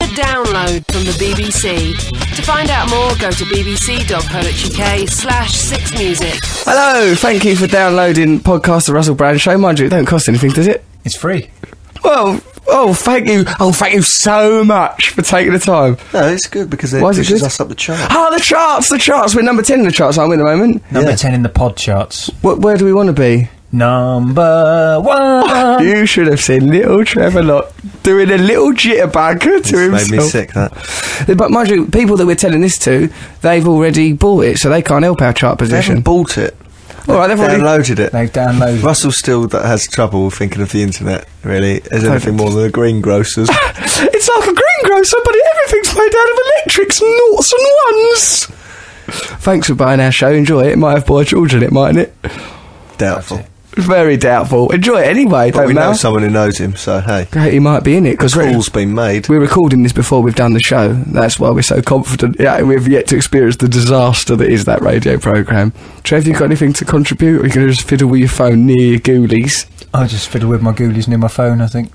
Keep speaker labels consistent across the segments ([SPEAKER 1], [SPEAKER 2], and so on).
[SPEAKER 1] download from the BBC. To find out more, go to bbc.co.uk slash six music.
[SPEAKER 2] Hello, thank you for downloading podcast the Russell Brand Show. Mind you, it don't cost anything, does it?
[SPEAKER 3] It's free.
[SPEAKER 2] Well, oh, thank you. Oh, thank you so much for taking the time.
[SPEAKER 4] No, it's good because it
[SPEAKER 2] Why is it
[SPEAKER 4] pushes
[SPEAKER 2] good?
[SPEAKER 4] us up the chart.
[SPEAKER 2] Ah, the charts, the charts. We're number 10 in the charts, aren't we, at the moment?
[SPEAKER 3] Number
[SPEAKER 4] Yeah.
[SPEAKER 3] 10 in the pod charts.
[SPEAKER 2] What, where do we want to be?
[SPEAKER 3] Number one.
[SPEAKER 2] You should have seen little Trevor Lott doing a little jitterbug to
[SPEAKER 4] It's
[SPEAKER 2] himself.
[SPEAKER 4] made me sick. That
[SPEAKER 2] But mind you, people that we're telling this to, they've already bought it, so they can't help our chart
[SPEAKER 4] they haven't
[SPEAKER 2] position.
[SPEAKER 4] bought it.
[SPEAKER 2] All right, they've already.
[SPEAKER 4] Downloaded it.
[SPEAKER 3] They've downloaded.
[SPEAKER 4] Russell still that has trouble thinking of the internet. Really, is anything more than a greengrocer's?
[SPEAKER 2] It's like a greengrocer, but everything's made out of electrics, noughts and ones. Thanks for buying our show. Enjoy it. It might have bought children. It mightn't it.
[SPEAKER 4] Doubtful.
[SPEAKER 2] Very doubtful. Enjoy it anyway.
[SPEAKER 4] But
[SPEAKER 2] don't
[SPEAKER 4] we know
[SPEAKER 2] know.
[SPEAKER 4] someone who knows him, so hey,
[SPEAKER 2] He might be in it because
[SPEAKER 4] call's been made.
[SPEAKER 2] We're recording this before we've done the show. That's why we're so confident. Yeah, and we've yet to experience the disaster that is that radio program. Trev, you got anything to contribute? Or you can just fiddle with your phone near your ghoulies.
[SPEAKER 3] I just fiddle with my ghoulies near my phone, I think.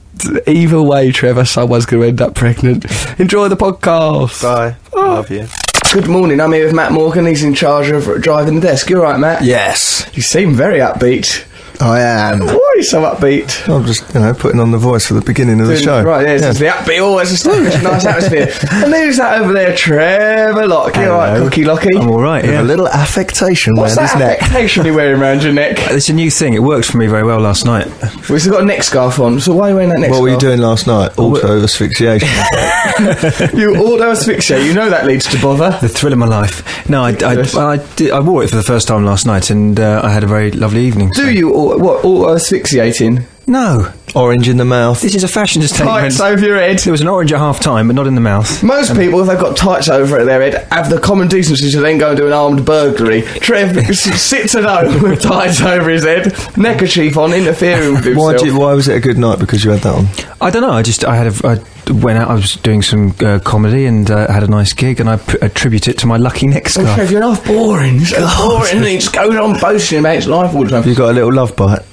[SPEAKER 2] Either way, Trevor, someone's going to end up pregnant. Enjoy the podcast.
[SPEAKER 4] Bye.
[SPEAKER 2] Oh.
[SPEAKER 4] Love you.
[SPEAKER 2] Good morning. I'm here with Matt Morgan. He's in charge of driving the desk. You're right, Matt.
[SPEAKER 4] Yes,
[SPEAKER 2] You seem very upbeat.
[SPEAKER 4] I am.
[SPEAKER 2] Why are you so upbeat?
[SPEAKER 4] I'm just, you know, putting on the voice for the beginning of the
[SPEAKER 2] Doing-
[SPEAKER 4] show.
[SPEAKER 2] Right, yeah, it's
[SPEAKER 4] Yeah.
[SPEAKER 2] it's the upbeat. Oh, it's a it's a nice atmosphere. and who's that over there? Trevor Lock. You all right,
[SPEAKER 5] Hello.
[SPEAKER 2] Cookie Locky?
[SPEAKER 5] I'm all right.
[SPEAKER 4] With
[SPEAKER 5] Yeah.
[SPEAKER 4] a little affectation
[SPEAKER 2] What's
[SPEAKER 4] round
[SPEAKER 2] that
[SPEAKER 4] his neck.
[SPEAKER 2] affectation you're wearing around your neck?
[SPEAKER 5] It's a new thing. It worked for me very well last night.
[SPEAKER 2] We've still got a neck scarf on, so why are you wearing that neck
[SPEAKER 4] What were you
[SPEAKER 2] scarf?
[SPEAKER 4] doing last night? Auto asphyxiation.
[SPEAKER 2] you doing? You auto asphyxia, you know that leads to bother.
[SPEAKER 5] The thrill of my life. No, I, I,
[SPEAKER 2] Yes.
[SPEAKER 5] well, I, did, I wore it for the first time last night, and uh, I had a very lovely evening.
[SPEAKER 2] Do you, au- what, auto asphyxiating?
[SPEAKER 5] No,
[SPEAKER 4] Orange in the mouth.
[SPEAKER 5] this is a fashion statement.
[SPEAKER 2] Tights over your head.
[SPEAKER 5] there was an orange at half time, but not in the mouth.
[SPEAKER 2] Most people, if they've got tights over their head, have the common decency to then go and do an armed burglary. Trev s- sits at home with tights over his head, neckerchief on, interfering with himself.
[SPEAKER 4] Why, did you, why was it a good night? Because you had that on.
[SPEAKER 5] I don't know. I just I had a I went out. I was doing some uh, comedy and uh, had a nice gig, and I p- attribute it to my lucky neck
[SPEAKER 2] Oh,
[SPEAKER 5] scarf.
[SPEAKER 2] Trev, you're half boring. It's boring. and He just goes on boasting about his life all the time.
[SPEAKER 4] You got a little love bite.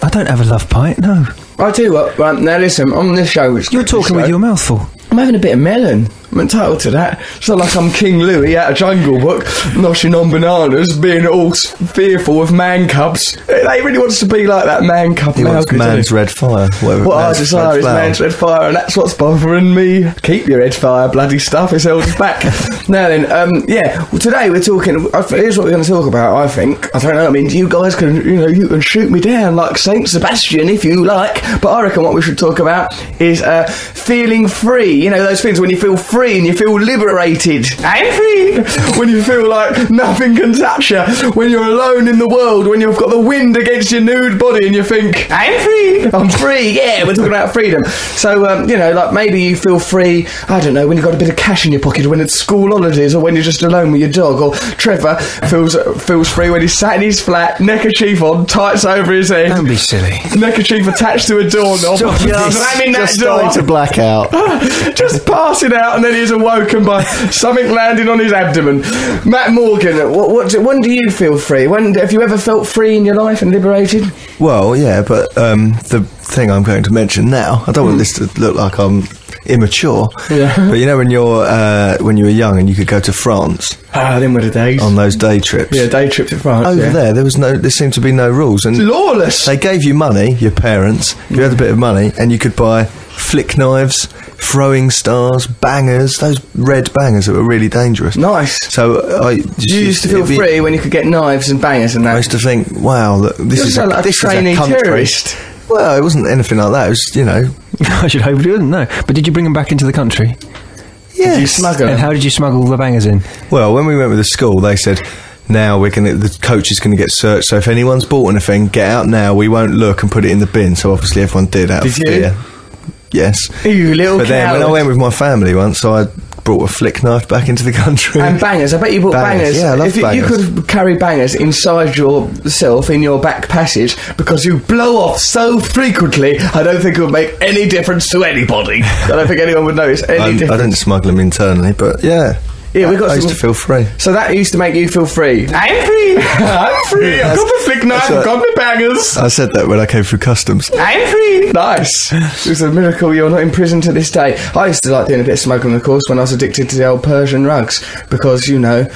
[SPEAKER 5] I don't have a love bite. No,
[SPEAKER 2] I do. Uh, right, now listen, on this show, it's
[SPEAKER 5] you're talking with your mouth full.
[SPEAKER 2] I'm having a bit of melon. I'm entitled to that. It's not like I'm King Louis out of Jungle Book, noshing on bananas, being all s- fearful of man cubs. They really wants to be like that man cub.
[SPEAKER 4] He
[SPEAKER 2] now,
[SPEAKER 4] wants
[SPEAKER 2] doesn't he?
[SPEAKER 4] man's red fire. Whatever
[SPEAKER 2] What I
[SPEAKER 4] man's
[SPEAKER 2] desire
[SPEAKER 4] red
[SPEAKER 2] is
[SPEAKER 4] flower.
[SPEAKER 2] man's red fire, and that's what's bothering me. Keep your red fire, bloody stuff. It's held us back. now then, um, yeah. Well, today we're talking. I th- Here's what we're going to talk about. I think. I don't know. I mean, you guys can, you know, you can shoot me down like Saint Sebastian if you like. But I reckon what we should talk about is uh, feeling free. You know, those things when you feel free and you feel liberated. I'm free. When you feel like nothing can touch you. When you're alone in the world. When you've got the wind against your nude body and you think, I'm free. I'm free. Yeah, we're talking about freedom. So, um, you know, like maybe you feel free, I don't know, when you've got a bit of cash in your pocket, or when it's school holidays, or when you're just alone with your dog. Or Trevor feels feels free when he's sat in his flat, neckerchief on, tights over his head.
[SPEAKER 4] Um,
[SPEAKER 5] Don't be silly.
[SPEAKER 2] Neckerchief attached to a doorknob.
[SPEAKER 5] Stop
[SPEAKER 2] Yeah,
[SPEAKER 5] this.
[SPEAKER 2] I'm in that
[SPEAKER 4] Just
[SPEAKER 2] door
[SPEAKER 4] starting to black out.
[SPEAKER 2] just passing out, and then he's awoken by something landing on his abdomen. Matt Morgan, what, what do, when do you feel free? When have you ever felt free in your life and liberated?
[SPEAKER 4] Well, yeah, but um, the thing I'm going to mention now, I don't want this to look like I'm immature.
[SPEAKER 2] Hmm. Yeah.
[SPEAKER 4] But you know, when you're uh, when you were young and you could go to France
[SPEAKER 2] Ah, then were the days.
[SPEAKER 4] on those day trips.
[SPEAKER 2] yeah, day trip to France.
[SPEAKER 4] Over
[SPEAKER 2] yeah.
[SPEAKER 4] there, there was no. There seemed to be no rules, and
[SPEAKER 2] Lawless.
[SPEAKER 4] they gave you money. Your parents, you had a bit of money, and you could buy flick knives, throwing stars, bangers. Those red bangers that were really dangerous.
[SPEAKER 2] nice.
[SPEAKER 4] So uh, I just
[SPEAKER 2] you used to feel
[SPEAKER 4] it'd be-
[SPEAKER 2] free when you could get knives and bangers and
[SPEAKER 4] I
[SPEAKER 2] that.
[SPEAKER 4] used to think, wow, look, this
[SPEAKER 2] You
[SPEAKER 4] is a,
[SPEAKER 2] sound like a
[SPEAKER 4] this
[SPEAKER 2] trainee
[SPEAKER 4] is a country.
[SPEAKER 2] terrorist.
[SPEAKER 4] Well, it wasn't anything like that. It was, you know,
[SPEAKER 5] I should hope it didn't. No, but did you bring them back into the country?
[SPEAKER 4] yeah.
[SPEAKER 2] You smuggle
[SPEAKER 5] And
[SPEAKER 2] them.
[SPEAKER 5] how did you smuggle the bangers in?
[SPEAKER 4] Well, when we went with the school, they said, now we're going to, the coach is going to get searched. So if anyone's bought anything, get out now. We won't look and put it in the bin. So obviously everyone did out
[SPEAKER 2] Did
[SPEAKER 4] of
[SPEAKER 2] you?
[SPEAKER 4] fear. Yes.
[SPEAKER 2] You little
[SPEAKER 4] but then when I
[SPEAKER 2] coward.
[SPEAKER 4] went with my family once, I brought a flick knife back into the country.
[SPEAKER 2] And bangers. I bet you bought bangers.
[SPEAKER 4] Bangers, yeah, I love
[SPEAKER 2] if you, you
[SPEAKER 4] bangers.
[SPEAKER 2] could carry bangers inside yourself in your back passage because you blow off so frequently, I don't think it would make any difference to anybody. I don't think anyone would notice any
[SPEAKER 4] I, I
[SPEAKER 2] difference.
[SPEAKER 4] didn't smuggle them internally, but yeah.
[SPEAKER 2] Yeah, we've got
[SPEAKER 4] I used
[SPEAKER 2] some-
[SPEAKER 4] to feel free.
[SPEAKER 2] So that used to make you feel free. I'm free. I'm free. I've got my flick knife. I've
[SPEAKER 4] that's
[SPEAKER 2] got my bangers.
[SPEAKER 4] I said that when I came through customs.
[SPEAKER 2] I'm free. Nice. It's a miracle you're not in prison to this day. I used to like doing a bit of smuggling, of course, when I was addicted to the old Persian rugs because you know.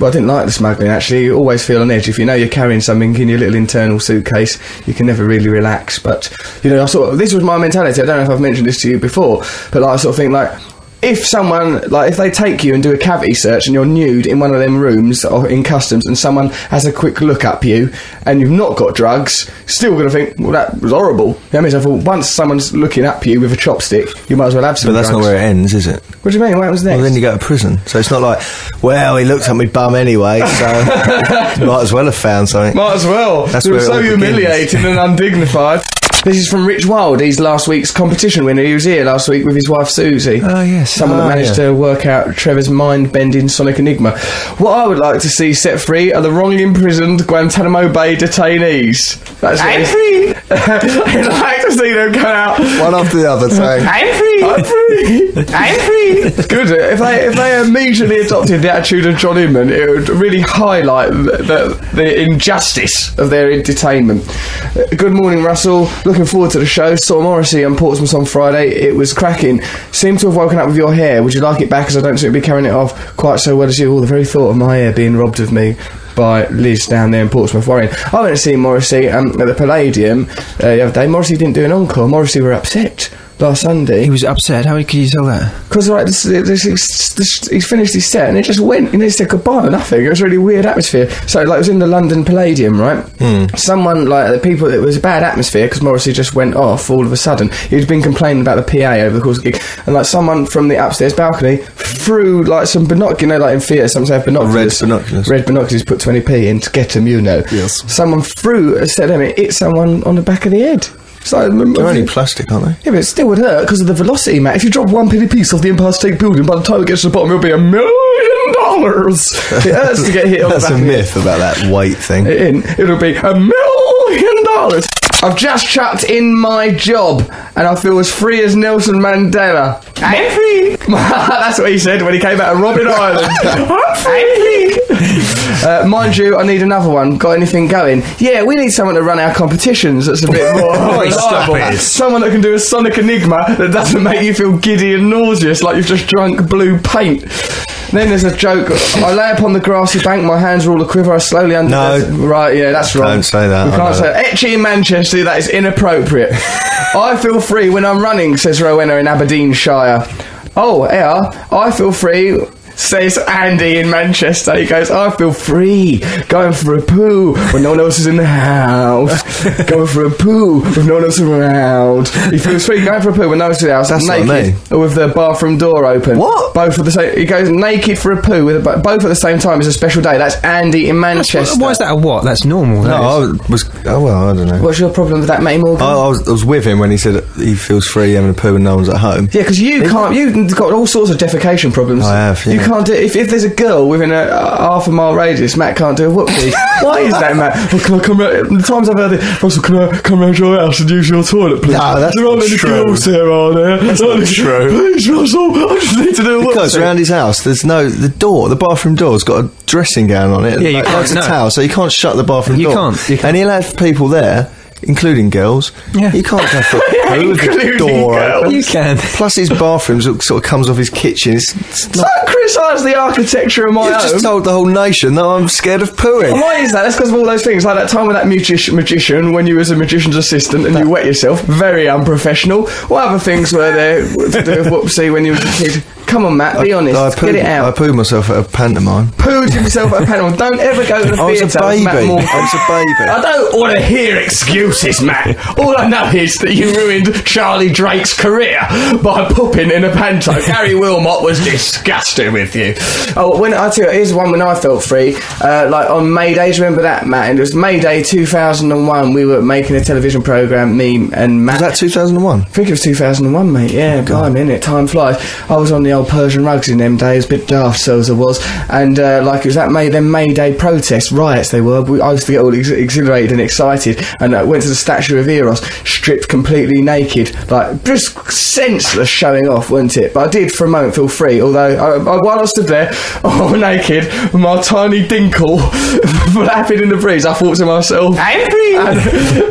[SPEAKER 2] Well, I didn't like the smuggling actually. You always feel on edge. If you know you're carrying something in your little internal suitcase, you can never really relax. But, you know, I sort of, this was my mentality. I don't know if I've mentioned this to you before, but like, I sort of think like, if someone like if they take you and do a cavity search and you're nude in one of them rooms or in customs and someone has a quick look up you and you've not got drugs still going to think well that was horrible that means I thought once someone's looking up you with a chopstick you might as well have some
[SPEAKER 4] But that's not
[SPEAKER 2] drugs.
[SPEAKER 4] where it ends, is it?
[SPEAKER 2] what do you mean what happens next
[SPEAKER 4] Well, then you go to prison. So it's not like, well, he looked at me bum anyway, so might as well have found something.
[SPEAKER 2] Might as well.
[SPEAKER 4] That's
[SPEAKER 2] you were
[SPEAKER 4] where it
[SPEAKER 2] so
[SPEAKER 4] all begins.
[SPEAKER 2] humiliating and undignified. This is from Rich Wild. He's last week's competition winner. He was here last week with his wife Susie.
[SPEAKER 5] Oh, yes.
[SPEAKER 2] Someone that
[SPEAKER 5] Ah,
[SPEAKER 2] managed
[SPEAKER 5] yeah.
[SPEAKER 2] to work out Trevor's mind-bending Sonic Enigma. What I would like to see set free are the wrongly imprisoned Guantanamo Bay detainees. That's I'm free. I'd like to see them come out.
[SPEAKER 4] One after the other, saying,
[SPEAKER 2] I'm free. I'm free. I'm free. It's good. If they if they immediately adopted the attitude of John Inman, it would really highlight the, the, the injustice of their entertainment. Uh, Good morning, Russell. Looking forward to the show. Saw Morrissey on Portsmouth on Friday. It was cracking. Seem to have woken up with your hair. Would you like it back? As I don't seem to be carrying it off quite so well as you. All the very thought of my hair being robbed of me by Liz down there in Portsmouth worrying. I went to see Morrissey um, at the Palladium uh, the other day. Morrissey didn't do an encore. Morrissey were upset last Sunday.
[SPEAKER 5] He was upset. How could you tell that?
[SPEAKER 2] Because like this, this, this, this, he finished his set and it just went and they said goodbye or nothing. It was a really weird atmosphere. So like it was in the London Palladium, right?
[SPEAKER 4] Hmm.
[SPEAKER 2] Someone like the people it was a bad atmosphere because Morrissey just went off all of a sudden. He'd been complaining about the PA over the course of the gig, and like someone from the upstairs balcony threw like some binoculars. You know, like in theatre, sometimes they have binoculars.
[SPEAKER 4] binoculars.
[SPEAKER 2] Red binoculars. Put twenty p in to get them. You know.
[SPEAKER 4] Yes.
[SPEAKER 2] Someone threw a set of it. Hit someone on the back of the head. It's like,
[SPEAKER 4] they're only plastic, aren't they?
[SPEAKER 2] yeah, but it still would hurt because of the velocity, Matt. If you drop one penny piece off the Empire State Building, by the time it gets to the bottom, it'll be a million dollars. It hurts to get hit on the
[SPEAKER 4] That's
[SPEAKER 2] back
[SPEAKER 4] a
[SPEAKER 2] of the head
[SPEAKER 4] myth about that weight thing.
[SPEAKER 2] in, it'll be a million dollars. I've just chucked in my job and I feel as free as Nelson Mandela. I'm free. That's what he said when he came out of Robin Island. I'm free. Uh, mind you, I need another one. Got anything going? Yeah, we need someone to run our competitions that's a bit more
[SPEAKER 4] stop
[SPEAKER 2] reliable.
[SPEAKER 4] it.
[SPEAKER 2] Someone that can do a Sonic Enigma that doesn't make you feel giddy and nauseous like you've just drunk blue paint. Then there's a joke. I lay upon the grassy bank, my hands are all a quiver. I slowly under.
[SPEAKER 4] No.
[SPEAKER 2] Right, yeah, that's wrong.
[SPEAKER 4] Don't say that,
[SPEAKER 2] We
[SPEAKER 4] I
[SPEAKER 2] can't
[SPEAKER 4] know
[SPEAKER 2] say that. Etchy in Manchester, that is inappropriate. I feel free when I'm running, says Rowena in Aberdeenshire. Oh, yeah, I feel free. Says Andy in Manchester. He goes, I feel free going for a poo when no one else is in the house. going for a poo with no one else around. He feels free going for a poo when no one else is in the house.
[SPEAKER 4] That's what I
[SPEAKER 2] naked
[SPEAKER 4] mean.
[SPEAKER 2] or with the bathroom door open.
[SPEAKER 4] What?
[SPEAKER 2] Both at the same. He goes naked for a poo with a, bo- both at the same time. It's a special day. That's Andy in Manchester.
[SPEAKER 5] Why is that a what? That's normal.
[SPEAKER 4] No, I was. Oh well, I don't know.
[SPEAKER 2] What's your problem with that, mate Morgan?
[SPEAKER 4] I, I, was, I was with him when he said he feels free having a poo and no one's at home.
[SPEAKER 2] yeah, because you can't. You've got all sorts of defecation problems.
[SPEAKER 4] I have,
[SPEAKER 2] You
[SPEAKER 4] yeah.
[SPEAKER 2] can't do. If, if there's a girl within a, a half a mile radius, Matt can't do a whoopsie. Why is that, Matt? Well, can I come? Ra- the times I've heard it, Russell, can I come round your house and use your toilet, please?
[SPEAKER 4] No, that's
[SPEAKER 2] there aren't
[SPEAKER 4] not
[SPEAKER 2] any
[SPEAKER 4] true.
[SPEAKER 2] girls here, are there? That's
[SPEAKER 4] not true.
[SPEAKER 2] Please, Russell, I just need to do a
[SPEAKER 4] He goes
[SPEAKER 2] whoopsie.
[SPEAKER 4] around his house. There's no the door. The bathroom door's got a dressing gown on it.
[SPEAKER 5] Yeah, you
[SPEAKER 4] like,
[SPEAKER 5] can't,
[SPEAKER 4] like
[SPEAKER 5] no.
[SPEAKER 4] a towel, so you can't shut the bathroom
[SPEAKER 5] You
[SPEAKER 4] door.
[SPEAKER 5] can't, you can't.
[SPEAKER 4] And he allows people there, including girls.
[SPEAKER 5] Yeah.
[SPEAKER 4] You can't go for a poo with the
[SPEAKER 2] Including
[SPEAKER 4] door
[SPEAKER 2] girls.
[SPEAKER 4] open.
[SPEAKER 5] You can.
[SPEAKER 4] Plus, his bathroom sort sort of comes off his kitchen. It's, it's not,
[SPEAKER 2] Don't criticise the architecture of my
[SPEAKER 4] you've
[SPEAKER 2] home.
[SPEAKER 4] just told the whole nation that I'm scared of pooing.
[SPEAKER 2] Why is that? That's because of all those things, like that time with that magic- magician when you was a magician's assistant and you wet yourself. Very unprofessional. What other things were there to do with whoopsie when you was a kid? Come on, Matt, be honest.
[SPEAKER 4] I pooed,
[SPEAKER 2] Get it out.
[SPEAKER 4] I pooed myself at a pantomime.
[SPEAKER 2] Pooed himself at a panel. Don't ever go to the
[SPEAKER 4] I was
[SPEAKER 2] theatre.
[SPEAKER 4] a
[SPEAKER 2] with
[SPEAKER 4] baby.
[SPEAKER 2] Matt Morgan.
[SPEAKER 4] I was a baby.
[SPEAKER 2] I don't want to hear excuses, Matt. All I know is that you ruined Charlie Drake's career by pooping in a panto. Gary Wilmot was disgusted with you. Oh, when I tell you, here's one when I felt free. Uh, like on May Day, do you remember that, Matt? And it was May Day 2001. We were making a television program, me and Matt.
[SPEAKER 4] Was that 2001?
[SPEAKER 2] I think it was 2001, mate. Yeah, blimey, innit? Time flies. I was on the old Persian rugs in them days, bit daft, so as I was. And uh, like it was that May, them May Day protests, riots they were. We, I used to get all ex- exhilarated and excited, and uh, went to the statue of Eros, stripped completely naked, like just senseless showing off, wasn't it? But I did for a moment feel free, although I, I, while I stood there, all naked, with my tiny dinkle flapping in the breeze, I thought to myself,
[SPEAKER 4] I'm free.
[SPEAKER 2] and,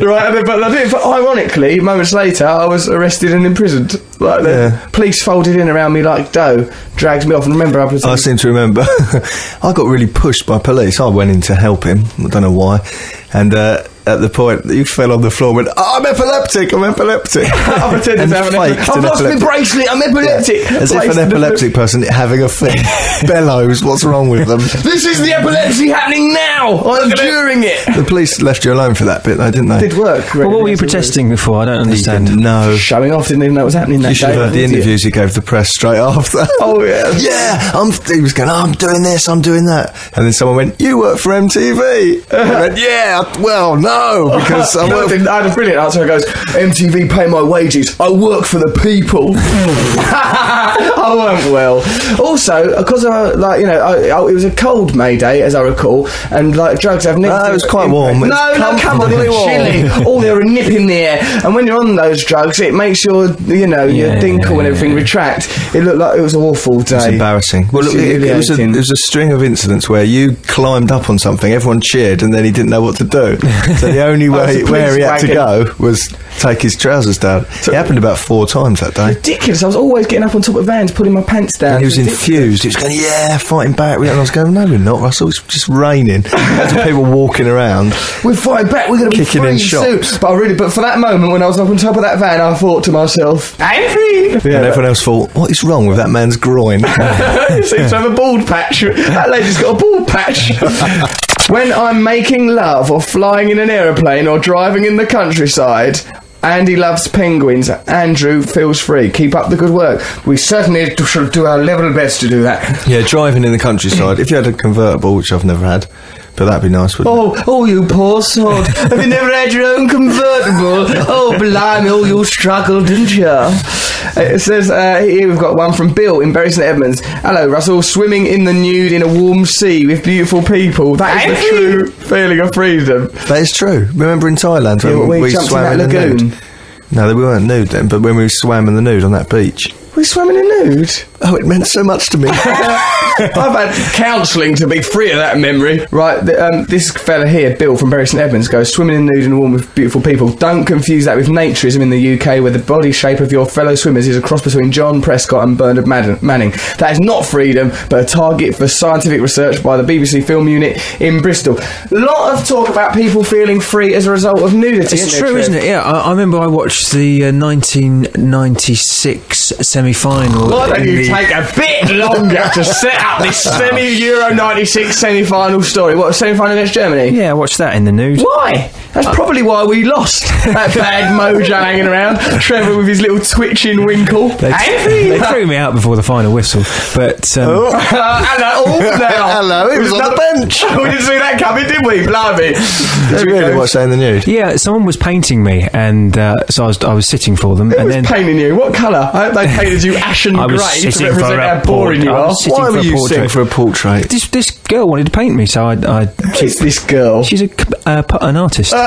[SPEAKER 2] right, and then- but, I did, but ironically, moments later, I was arrested and imprisoned. Like the
[SPEAKER 4] Yeah.
[SPEAKER 2] police folded in around me like dough, dragged me off. And remember, I was
[SPEAKER 4] I seem to remember I got really pushed by police. I went in to help him. I don't know why. And uh, at the point that you fell on the floor, and went, "Oh, "I'm epileptic. I'm epileptic."
[SPEAKER 2] I pretended
[SPEAKER 4] And
[SPEAKER 2] to have an epileptic.
[SPEAKER 4] faked
[SPEAKER 2] I've
[SPEAKER 4] an
[SPEAKER 2] lost my
[SPEAKER 4] epileptic-
[SPEAKER 2] bracelet. I'm epileptic.
[SPEAKER 4] As if
[SPEAKER 2] Placed
[SPEAKER 4] an
[SPEAKER 2] in the-
[SPEAKER 4] epileptic person having a fit bellows, "What's wrong with them?"
[SPEAKER 2] This is the epilepsy happening now. I'm curing it.
[SPEAKER 4] The police left you alone for that bit, though, didn't they?
[SPEAKER 2] Did work.
[SPEAKER 5] Well, what were
[SPEAKER 2] really,
[SPEAKER 5] you
[SPEAKER 2] that's all
[SPEAKER 5] protesting for? I don't
[SPEAKER 4] You didn't
[SPEAKER 5] understand.
[SPEAKER 4] know.
[SPEAKER 2] it is. Showing off. Didn't even know it was happening that
[SPEAKER 4] You should
[SPEAKER 2] day.
[SPEAKER 4] have heard the
[SPEAKER 2] Idiot.
[SPEAKER 4] interviews he gave the press straight after.
[SPEAKER 2] Oh, yeah.
[SPEAKER 4] yeah. I'm. He was going, "Oh, I'm doing this, I'm doing that, and then someone went, "You work for MTV?" And I went, yeah. I- Well, no, because I
[SPEAKER 2] No, I
[SPEAKER 4] work.
[SPEAKER 2] didn't. I had a brilliant answer. It goes, MTV pay my wages. I work for the people. I weren't well. Also, because I like you know, I, I, it was a cold May Day as I recall, and like drugs have negative.
[SPEAKER 4] No, it was quite warm.
[SPEAKER 2] impact.
[SPEAKER 4] It
[SPEAKER 2] No, no,
[SPEAKER 4] was
[SPEAKER 2] come on, it
[SPEAKER 4] comfortably
[SPEAKER 2] was
[SPEAKER 4] warm.
[SPEAKER 2] chilly. All there a nip in the air, and when you're on those drugs, it makes your you know your
[SPEAKER 5] Yeah,
[SPEAKER 2] dinkle
[SPEAKER 5] yeah,
[SPEAKER 2] and everything
[SPEAKER 5] yeah.
[SPEAKER 2] retract. It looked like it was an awful day.
[SPEAKER 4] It's embarrassing. Well,
[SPEAKER 2] It's
[SPEAKER 4] look, it, it was a,
[SPEAKER 2] humiliating.
[SPEAKER 4] it was a string of incidents where you climbed up on something, everyone cheered, and then he didn't know what to do. So the only
[SPEAKER 2] was
[SPEAKER 4] way
[SPEAKER 2] a
[SPEAKER 4] where he had to
[SPEAKER 2] police
[SPEAKER 4] go was take his trousers down. it happened about four times that day.
[SPEAKER 2] Ridiculous! I was always getting up on top of vans, pulling my pants down.
[SPEAKER 4] And he was
[SPEAKER 2] Ridiculous.
[SPEAKER 4] infused. He was going, "Yeah, fighting back." And I was going, "No, we're not, Russell. It's just raining." Lots of people walking around.
[SPEAKER 2] We're fighting back. We're going to be
[SPEAKER 4] Kicking
[SPEAKER 2] free
[SPEAKER 4] in
[SPEAKER 2] soon.
[SPEAKER 4] shots.
[SPEAKER 2] But I really, but for that moment when I was up on top of that van, I thought to myself, "I'm free."
[SPEAKER 4] and
[SPEAKER 2] Yeah,
[SPEAKER 4] everyone else thought, "What is wrong with that man's groin?"
[SPEAKER 2] that seems to have a bald patch. That lady's got a bald patch. when I'm making love, or flying in an aeroplane, or driving in the countryside. Andy loves penguins. Andrew feels free. Keep up the good work. We certainly d- shall do our level best to do that.
[SPEAKER 4] yeah, driving in the countryside. If you had a convertible, which I've never had, but that'd be nice. Wouldn't it?
[SPEAKER 2] Oh, oh, you poor sod. Have you never had your own convertible? Oh, blimey, oh, you struggled, didn't you? It says, uh, here we've got one from Bill in Bury St Edmunds. Hello, Russell. Swimming in the nude in a warm sea with beautiful people. That is the true feeling of freedom.
[SPEAKER 4] That is true. Remember in Thailand
[SPEAKER 2] Yeah,
[SPEAKER 4] when
[SPEAKER 2] we
[SPEAKER 4] we,
[SPEAKER 2] jumped in
[SPEAKER 4] swam
[SPEAKER 2] that
[SPEAKER 4] in, the
[SPEAKER 2] lagoon.
[SPEAKER 4] nude? No, we weren't nude then, but when we swam in the nude on that beach.
[SPEAKER 2] We swam in a nude.
[SPEAKER 4] Oh, it meant so much to me.
[SPEAKER 2] I've had counselling to be free of that memory. Right, th- um, this fella here, Bill from Bury St Edmunds, goes swimming in nude and warm with beautiful people. Don't confuse that with naturism in the UK, where the body shape of your fellow swimmers is a cross between John Prescott and Bernard Madden- Manning. That is not freedom, but a target for scientific research by the BBC Film Unit in Bristol. Lot of talk about people feeling free as a result of nudity.
[SPEAKER 5] It's true, isn't it? Yeah, I, I remember I watched the uh, 1996 semi-final.
[SPEAKER 2] Why don't
[SPEAKER 5] in
[SPEAKER 2] you
[SPEAKER 5] the-
[SPEAKER 2] take a bit longer to set out this semi Euro 96 semi final story? What, semi final against Germany?
[SPEAKER 5] yeah, I watched that in the news.
[SPEAKER 2] Why? That's
[SPEAKER 5] Uh,
[SPEAKER 2] probably why we lost. That bad mojo hanging around. Trevor with his little twitching winkle.
[SPEAKER 5] They,
[SPEAKER 2] Andy!
[SPEAKER 5] they threw me out before the final whistle, but um,
[SPEAKER 2] Uh, hello, oh, now.
[SPEAKER 4] Hello, it was on the
[SPEAKER 2] another-
[SPEAKER 4] bench.
[SPEAKER 2] we didn't see that coming, did we? Blimey.
[SPEAKER 4] Did you really
[SPEAKER 2] It
[SPEAKER 4] watch that in the nude?
[SPEAKER 5] yeah, someone was painting me, and uh, so I was, I was sitting for them, and
[SPEAKER 2] was
[SPEAKER 5] then
[SPEAKER 2] painting you. What colour? I hope they painted you ashen
[SPEAKER 5] I was
[SPEAKER 2] grey to
[SPEAKER 5] sitting for
[SPEAKER 2] represent
[SPEAKER 5] a
[SPEAKER 2] how boring you
[SPEAKER 5] portrait. I
[SPEAKER 2] are.
[SPEAKER 5] was sitting
[SPEAKER 4] Why
[SPEAKER 5] for
[SPEAKER 4] were
[SPEAKER 5] a
[SPEAKER 4] you
[SPEAKER 5] portrait.
[SPEAKER 4] sitting for a portrait?
[SPEAKER 5] this this girl wanted to paint me, so I, I
[SPEAKER 2] Who is this girl?
[SPEAKER 5] she's a c- uh, pu- an artist.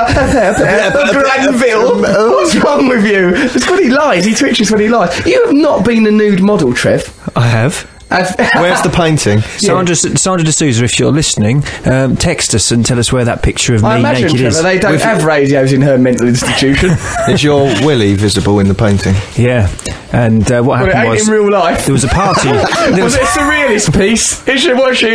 [SPEAKER 2] Granville, what's wrong with you? It's when he lies. He twitches when he lies. You have not been a nude model, Trev.
[SPEAKER 5] I have.
[SPEAKER 2] Have-
[SPEAKER 4] Where's the painting?
[SPEAKER 5] Sandra, Sandra D'Souza, if you're listening, um, text us and tell us where that picture of me
[SPEAKER 2] I imagine,
[SPEAKER 5] naked
[SPEAKER 2] Trevor,
[SPEAKER 5] is.
[SPEAKER 2] they don't
[SPEAKER 5] With-
[SPEAKER 2] have radios in her mental institution.
[SPEAKER 4] Is your willy visible in the painting?
[SPEAKER 5] yeah, and uh, what
[SPEAKER 2] but it
[SPEAKER 5] happened
[SPEAKER 2] ain't
[SPEAKER 5] was
[SPEAKER 2] in real life.
[SPEAKER 5] there was a party. there
[SPEAKER 2] was
[SPEAKER 5] was,
[SPEAKER 2] it a surrealist piece? Is she, was she,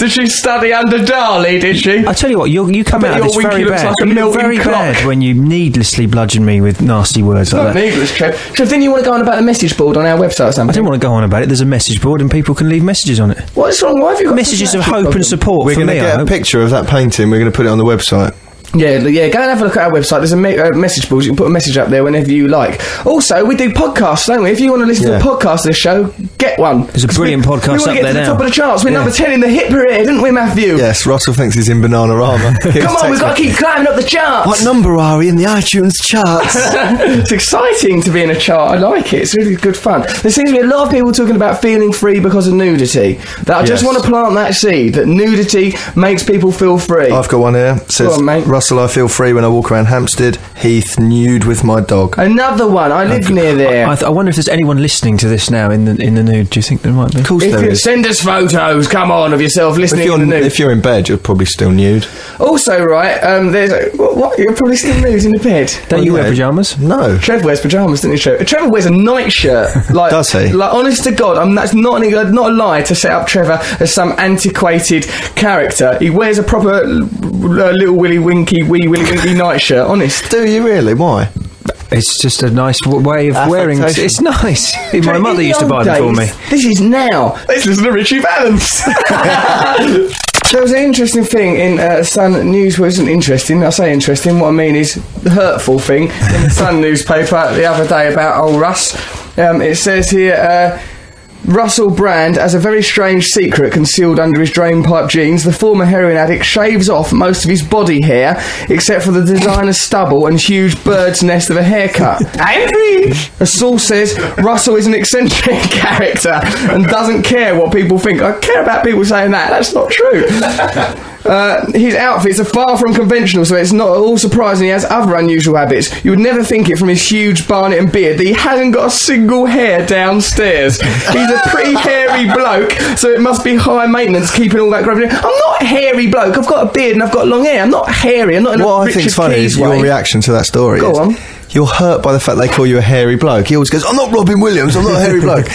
[SPEAKER 2] did she study under Dali, did she?
[SPEAKER 5] I tell you what, you you come
[SPEAKER 2] bet
[SPEAKER 5] out of
[SPEAKER 2] your
[SPEAKER 5] this
[SPEAKER 2] winky
[SPEAKER 5] very
[SPEAKER 2] looks
[SPEAKER 5] bad.
[SPEAKER 2] like a
[SPEAKER 5] You look
[SPEAKER 2] melting
[SPEAKER 5] very
[SPEAKER 2] clock.
[SPEAKER 5] bad when you needlessly bludgeon me with nasty words like
[SPEAKER 2] Not
[SPEAKER 5] that.
[SPEAKER 2] needless, Trev. Trev, then you want to go on about the message board on our website or
[SPEAKER 5] I
[SPEAKER 2] something?
[SPEAKER 5] didn't want to go on about it. There's a message board, and people can leave messages on it.
[SPEAKER 2] What's wrong? Why have you got
[SPEAKER 5] Messages
[SPEAKER 2] such
[SPEAKER 5] of
[SPEAKER 2] an
[SPEAKER 5] hope
[SPEAKER 2] attitude problem?
[SPEAKER 5] and support
[SPEAKER 4] We're
[SPEAKER 5] for
[SPEAKER 4] going to
[SPEAKER 5] me. I
[SPEAKER 4] get a
[SPEAKER 5] hope.
[SPEAKER 4] picture of that painting. We're going to put it on the website.
[SPEAKER 2] Yeah, yeah. Go and have a look at our website. There's a me- uh, message board. You can put a message up there whenever you like. Also, we do podcasts, don't we? If you want to listen
[SPEAKER 4] Yeah.
[SPEAKER 2] to the podcast of this show, get one.
[SPEAKER 6] There's a
[SPEAKER 2] 'Cause
[SPEAKER 6] brilliant
[SPEAKER 2] we,
[SPEAKER 6] podcast
[SPEAKER 2] We wanna
[SPEAKER 6] up
[SPEAKER 2] get
[SPEAKER 6] there
[SPEAKER 2] to the
[SPEAKER 6] now.
[SPEAKER 2] top of the charts. We're number ten in the hit parade, didn't we, Matthew?
[SPEAKER 4] Yes, Russell thinks he's in Banana Rama.
[SPEAKER 2] Come on, we've got to keep climbing up the charts.
[SPEAKER 4] What number are we in the iTunes charts?
[SPEAKER 2] it's exciting to be in a chart. I like it. It's really good fun. There seems to be a lot of people talking about feeling free because of nudity. That I just
[SPEAKER 4] Yes.
[SPEAKER 2] want to plant that seed that nudity makes people feel free.
[SPEAKER 4] I've got one here. Says
[SPEAKER 2] on, mate.
[SPEAKER 4] Russell, I feel free when I walk around Hampstead Heath nude with my dog.
[SPEAKER 2] Another one. I live near there.
[SPEAKER 5] I, th- I wonder if there's anyone listening to this now in the in the nude. Do you think there might be?
[SPEAKER 4] Of course
[SPEAKER 2] If
[SPEAKER 4] there
[SPEAKER 2] you-
[SPEAKER 4] is.
[SPEAKER 2] send us photos, come on, of yourself
[SPEAKER 4] If
[SPEAKER 2] listening
[SPEAKER 4] you're,
[SPEAKER 2] to the news.
[SPEAKER 4] if you're in bed, you're probably still nude.
[SPEAKER 2] also, right, um, there's a, what, what? You're probably still nude in the bed.
[SPEAKER 5] Don't you
[SPEAKER 4] Well,
[SPEAKER 5] wear
[SPEAKER 4] no.
[SPEAKER 5] pajamas?
[SPEAKER 4] No.
[SPEAKER 2] Trev wears pajamas, doesn't he? Trev? Trevor wears a nightshirt. Like,
[SPEAKER 4] Does he?
[SPEAKER 2] Like, honest to God, I'm, that's not an, e, not a lie to set up Trevor as some antiquated character. He wears a proper l- l- little Willy Winky, wee Willy Winky nightshirt. Honest.
[SPEAKER 4] Do you really? Why?
[SPEAKER 5] It's just a nice w- way of wearing.
[SPEAKER 4] Affectation.
[SPEAKER 5] It's nice. My
[SPEAKER 2] In
[SPEAKER 5] mother
[SPEAKER 2] the
[SPEAKER 5] used to buy
[SPEAKER 2] old
[SPEAKER 5] them for me.
[SPEAKER 2] days, This is now. Let's listen to Richie Valens. There was an interesting thing in uh, Sun News. Well, it isn't interesting. I say interesting. What I mean is the hurtful thing in the Sun newspaper the other day about old Russ. Um, it says here. Uh, Russell Brand has a very strange secret concealed under his drainpipe jeans. The former heroin addict shaves off most of his body hair, except for the designer stubble and huge bird's nest of a haircut. Angry! A source says Russell is an eccentric character and doesn't care what people think. I care about people saying that. That's not true. Uh, his outfits are far from conventional, so it's not at all surprising he has other unusual habits. You would never think it from his huge barnet and beard that he hasn't got a single hair downstairs. He's a pretty hairy bloke, so it must be high maintenance keeping all that gravity. I'm not a hairy bloke. I've got a beard and I've got long hair. I'm not hairy. I'm not in a
[SPEAKER 4] What I
[SPEAKER 2] Richard
[SPEAKER 4] think's funny
[SPEAKER 2] Keys
[SPEAKER 4] is
[SPEAKER 2] way.
[SPEAKER 4] your reaction to that story.
[SPEAKER 2] Go
[SPEAKER 4] is
[SPEAKER 2] on.
[SPEAKER 4] You're hurt by the fact they call you a hairy bloke. He always goes, I'm not Robin Williams, I'm not a hairy bloke.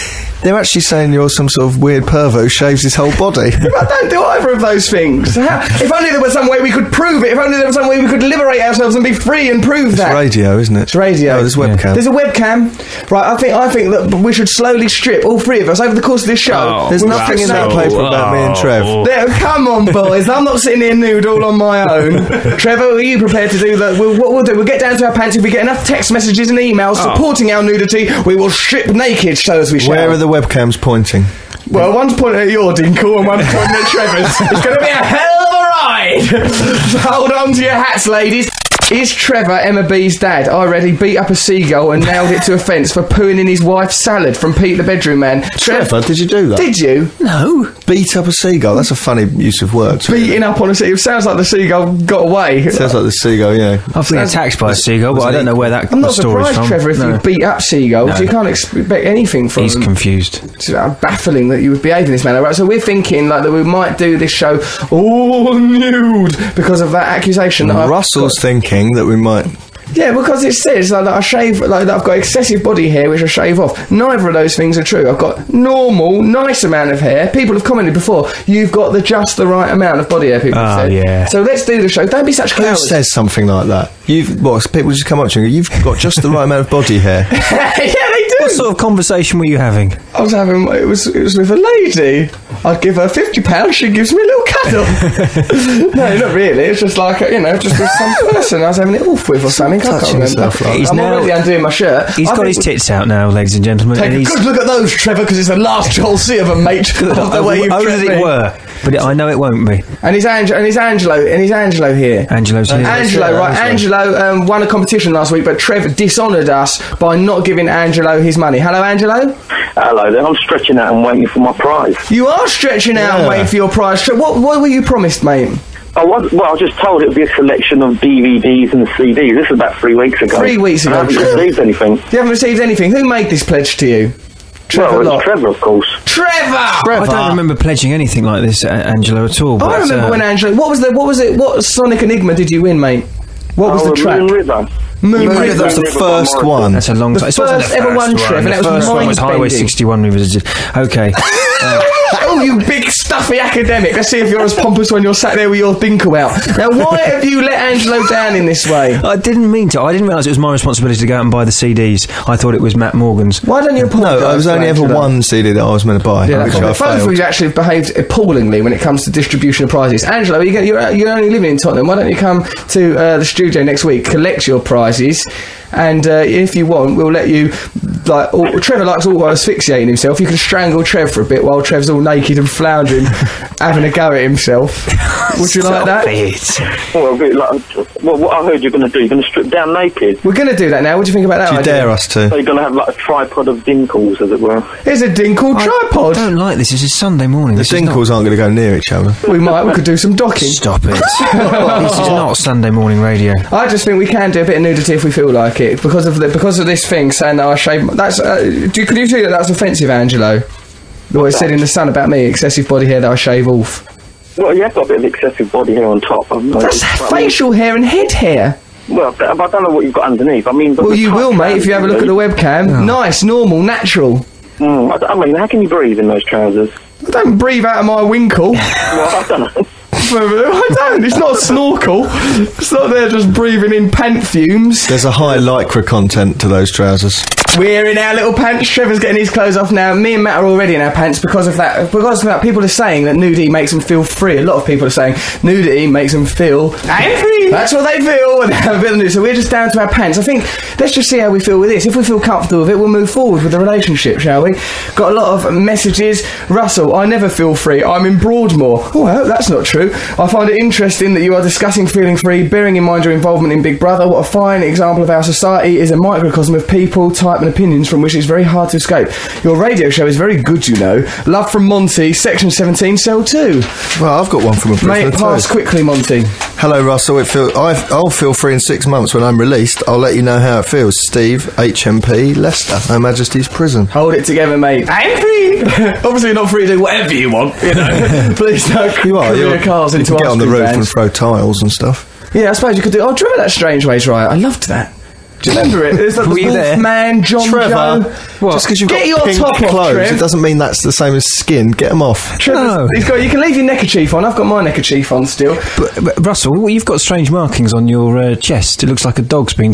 [SPEAKER 4] They're actually saying you're some sort of weird pervert who shaves his whole body.
[SPEAKER 2] I don't do either of those things. How- if only there was some way we could prove it. If only there was some way we could liberate ourselves and be free and prove
[SPEAKER 4] it's
[SPEAKER 2] that.
[SPEAKER 4] radio, isn't it?
[SPEAKER 2] It's radio.
[SPEAKER 4] No, there's webcam.
[SPEAKER 2] There's a webcam. Right, I think I think that we should slowly strip all three of us over the course of this show.
[SPEAKER 4] There's nothing in that paper about me and Trev.
[SPEAKER 2] There, come on, boys. I'm not sitting here nude all on my own. Trevor, are you prepared to do that? We'll, what we'll do, we'll get down to our pants. If we get enough text messages and emails supporting our nudity, we will strip naked, so as we shall.
[SPEAKER 4] Where are the webcams pointing?
[SPEAKER 2] well, one's pointing at your dinkle and one's pointing at Trevor's. It's going to be a hell of a ride. So Hold on to your hats, ladies. Is Trevor Emma B's dad? I read he beat up a seagull and nailed it to a fence for pooing in his wife's salad from Pete the Bedroom Man. Trev,
[SPEAKER 4] Trevor, did you do that?
[SPEAKER 2] did you?
[SPEAKER 4] Beat up a seagull. That's a funny use of words.
[SPEAKER 2] Beating up on a seagull. Sounds like the seagull got away.
[SPEAKER 4] Sounds like the seagull, yeah.
[SPEAKER 5] I've been attacked by a seagull, but I don't know where that
[SPEAKER 2] I'm not
[SPEAKER 5] story's
[SPEAKER 2] surprised,
[SPEAKER 5] from.
[SPEAKER 2] Trevor, if
[SPEAKER 5] No.
[SPEAKER 2] you beat up seagulls.
[SPEAKER 5] No.
[SPEAKER 2] You can't expect anything from
[SPEAKER 5] He's
[SPEAKER 2] them.
[SPEAKER 5] confused.
[SPEAKER 2] it's uh, baffling that you would behave in this manner. Right, so we're thinking like that we might do this show all nude because of that accusation. that Oh, I've
[SPEAKER 4] Russell's thinking that we might.
[SPEAKER 2] got- yeah, because it says like, that I shave, like that I've got excessive body hair, which I shave off. Neither of those things are true. I've got normal, nice amount of hair. People have commented before. You've got the just the right amount of body hair. People have
[SPEAKER 5] Ah,
[SPEAKER 2] said.
[SPEAKER 5] yeah.
[SPEAKER 2] So let's do the show. Don't be such
[SPEAKER 4] Who
[SPEAKER 2] cowards.
[SPEAKER 4] says something like that? You've what? People just come up to you. and go, You've got just the right amount of body hair.
[SPEAKER 2] yeah, they do.
[SPEAKER 5] What sort of conversation were you having?
[SPEAKER 2] I was having it was it was with a lady. I'd give her fifty pounds. She gives me a little cuddle. no, not really. It's just like you know, just with some person I was having it off with or something. I can't
[SPEAKER 4] touching
[SPEAKER 2] remember.
[SPEAKER 4] yourself like
[SPEAKER 5] He's
[SPEAKER 2] I'm
[SPEAKER 5] now-
[SPEAKER 2] already undoing my shirt.
[SPEAKER 5] He's
[SPEAKER 2] I
[SPEAKER 5] got
[SPEAKER 2] think
[SPEAKER 5] his tits out now, ladies and gentlemen.
[SPEAKER 2] Take
[SPEAKER 5] and
[SPEAKER 2] a
[SPEAKER 5] he's,
[SPEAKER 2] good look at those, Trevor, because it's the last you'll see of them, mate. of the way you've
[SPEAKER 5] oh,
[SPEAKER 2] treated
[SPEAKER 5] that it
[SPEAKER 2] me.
[SPEAKER 5] were, but it, I know it won't be.
[SPEAKER 2] And he's Angelo. And he's Angelo. And he's Angelo here.
[SPEAKER 5] Angelo's here.
[SPEAKER 2] Angelo,
[SPEAKER 4] yeah,
[SPEAKER 2] right? Angelo, um, won a competition last week, but Trevor dishonoured us by not giving Angelo his money. Hello, Angelo.
[SPEAKER 7] Hello there. I'm stretching out and waiting for my prize.
[SPEAKER 2] You are stretching out and
[SPEAKER 4] Yeah.
[SPEAKER 2] waiting for your prize. Tre- What, what were you promised, mate?
[SPEAKER 7] I was, well, I was just told it would be a selection of DVDs and CDs. This is about three weeks ago.
[SPEAKER 2] Three weeks ago,
[SPEAKER 7] I haven't
[SPEAKER 2] Trevor.
[SPEAKER 7] received anything.
[SPEAKER 2] You haven't received anything. Who made this pledge to you? Trevor
[SPEAKER 7] well,
[SPEAKER 2] Lott.
[SPEAKER 7] it's Trevor, of course.
[SPEAKER 2] Trevor!
[SPEAKER 5] I don't remember pledging anything like this, uh, Angelo, at all. But,
[SPEAKER 2] I remember
[SPEAKER 5] uh,
[SPEAKER 2] when Angelo. What was the? What was it? What Sonic Enigma did you win, mate? What was
[SPEAKER 7] oh,
[SPEAKER 2] the track?
[SPEAKER 7] Moon River.
[SPEAKER 4] Moonraker,
[SPEAKER 2] Moonraker.
[SPEAKER 4] that was the
[SPEAKER 7] Moonraker by
[SPEAKER 4] first
[SPEAKER 7] Morrison.
[SPEAKER 4] one.
[SPEAKER 5] That's a long
[SPEAKER 2] The
[SPEAKER 5] time. It's also
[SPEAKER 2] first ever one, Trevor,
[SPEAKER 5] The
[SPEAKER 2] and that was
[SPEAKER 5] first one was Highway
[SPEAKER 2] mind-bending.
[SPEAKER 5] 61 revisited. Okay.
[SPEAKER 2] oh, you big stuffy academic. Let's see if you're as pompous when you're sat there with your dinko out. Now, why have you let Angelo down in this way?
[SPEAKER 5] I didn't mean to. I didn't realise it was my responsibility to go out and buy the CDs. I thought it was Matt Morgan's.
[SPEAKER 2] Why don't you apologise?
[SPEAKER 4] No, I was
[SPEAKER 2] to
[SPEAKER 4] only ever
[SPEAKER 2] Angelo?
[SPEAKER 4] one CD that I was meant to buy,
[SPEAKER 2] Yeah,
[SPEAKER 4] which
[SPEAKER 2] that's
[SPEAKER 4] I
[SPEAKER 2] right. both of
[SPEAKER 4] failed.
[SPEAKER 2] you actually have behaved appallingly when it comes to distribution of prizes. Angelo, you get, you're, you're only living in Tottenham. Why don't you come to uh, the studio next week, collect your prizes, and uh, if you want, we'll let you. Like all, Trevor likes all asphyxiating himself. You can strangle Trev for a bit while Trev's all naked and floundering, having a go at himself. Would you like that?
[SPEAKER 7] Well, really, like, well, what I heard you're going to do, you're going to strip down naked.
[SPEAKER 2] We're going to do that now. What do you think about that?
[SPEAKER 4] Do you
[SPEAKER 2] idea?
[SPEAKER 4] dare us
[SPEAKER 7] So
[SPEAKER 4] to?
[SPEAKER 7] you're going to have like a tripod of dinkles, as it were.
[SPEAKER 2] Here's a ding called
[SPEAKER 5] I
[SPEAKER 2] tripod.
[SPEAKER 5] don't like this. This is Sunday morning.
[SPEAKER 4] The
[SPEAKER 5] This is not-
[SPEAKER 4] Dinkles aren't going to go near each other.
[SPEAKER 2] We might. We could do some docking.
[SPEAKER 5] Stop it. this is not Sunday morning radio.
[SPEAKER 2] I just think we can do a bit of nudity if we feel like it because of the, because of this thing saying that I shave. my- That's uh, do, could you see that that's offensive, Angelo? What it said in the Sun about me, excessive body hair that I shave off.
[SPEAKER 7] Well, you have got a bit of excessive body hair on top. I've
[SPEAKER 2] That's
[SPEAKER 7] noticed, but I mean-
[SPEAKER 2] facial hair and head hair.
[SPEAKER 7] Well, but I don't know what you've got underneath. I mean, but
[SPEAKER 2] Well,
[SPEAKER 7] the
[SPEAKER 2] you
[SPEAKER 7] top
[SPEAKER 2] will, mate, if you have a look at the webcam. Nice, normal, natural.
[SPEAKER 7] Mm, I, don't- I mean, how can you breathe in those trousers?
[SPEAKER 2] I don't breathe out of my winkle.
[SPEAKER 7] Well, I don't know.
[SPEAKER 2] I don't. It's not a snorkel. It's not there just breathing in pant fumes.
[SPEAKER 4] There's a high lycra content to those trousers.
[SPEAKER 2] We're in our little pants. Trevor's getting his clothes off now. Me and Matt are already in our pants because of that. Because of that, people are saying that nudity makes them feel free. A lot of people are saying nudity makes them feel angry. That's what they feel. when they have a bit of nudity. So we're just down to our pants. I think let's just see how we feel with this. If we feel comfortable with it, we'll move forward with the relationship, shall we? Got a lot of messages. Russell, I never feel free. I'm in Broadmoor. Oh, I hope that's not true. I find it interesting that you are discussing feeling free, bearing in mind your involvement in Big Brother. What a fine example of our society is a microcosm of people, type, and opinions from which it's very hard to escape. Your radio show is very good, you know. Love from Monty, section 17, cell 2.
[SPEAKER 4] Well, I've got one from a
[SPEAKER 2] May
[SPEAKER 4] prisoner
[SPEAKER 2] it pass
[SPEAKER 4] too.
[SPEAKER 2] quickly, Monty.
[SPEAKER 4] Hello, Russell. It feel, i I'll feel free in six months when I'm released. I'll let you know how it feels. Steve, HMP, Leicester, Her Majesty's Prison.
[SPEAKER 2] Hold it together, mate. I'm free. Obviously, you're not free to do whatever you want. You know, please don't.
[SPEAKER 4] You are.
[SPEAKER 2] career
[SPEAKER 4] You're,
[SPEAKER 2] cars
[SPEAKER 4] you
[SPEAKER 2] into
[SPEAKER 4] can get on the
[SPEAKER 2] ice cream
[SPEAKER 4] roof and
[SPEAKER 2] vans.
[SPEAKER 4] throw tiles and stuff.
[SPEAKER 2] Yeah, I suppose you could do. Oh, do you remember that strange ways riot? I loved that. Do you remember it? There's like
[SPEAKER 5] Were you
[SPEAKER 2] the
[SPEAKER 5] there?
[SPEAKER 2] man, John
[SPEAKER 4] Trevor,
[SPEAKER 2] Joe.
[SPEAKER 4] just because you've
[SPEAKER 2] Get
[SPEAKER 4] got
[SPEAKER 2] your
[SPEAKER 4] pink
[SPEAKER 2] top off,
[SPEAKER 4] clothes,
[SPEAKER 2] Trev.
[SPEAKER 4] it doesn't mean that's the same as skin. Get them off.
[SPEAKER 2] Trevor's-
[SPEAKER 5] No.
[SPEAKER 2] He's got. You can leave your neckerchief on. I've got my neckerchief on still.
[SPEAKER 5] But, but Russell, you've got strange markings on your uh, chest. It looks like a dog's been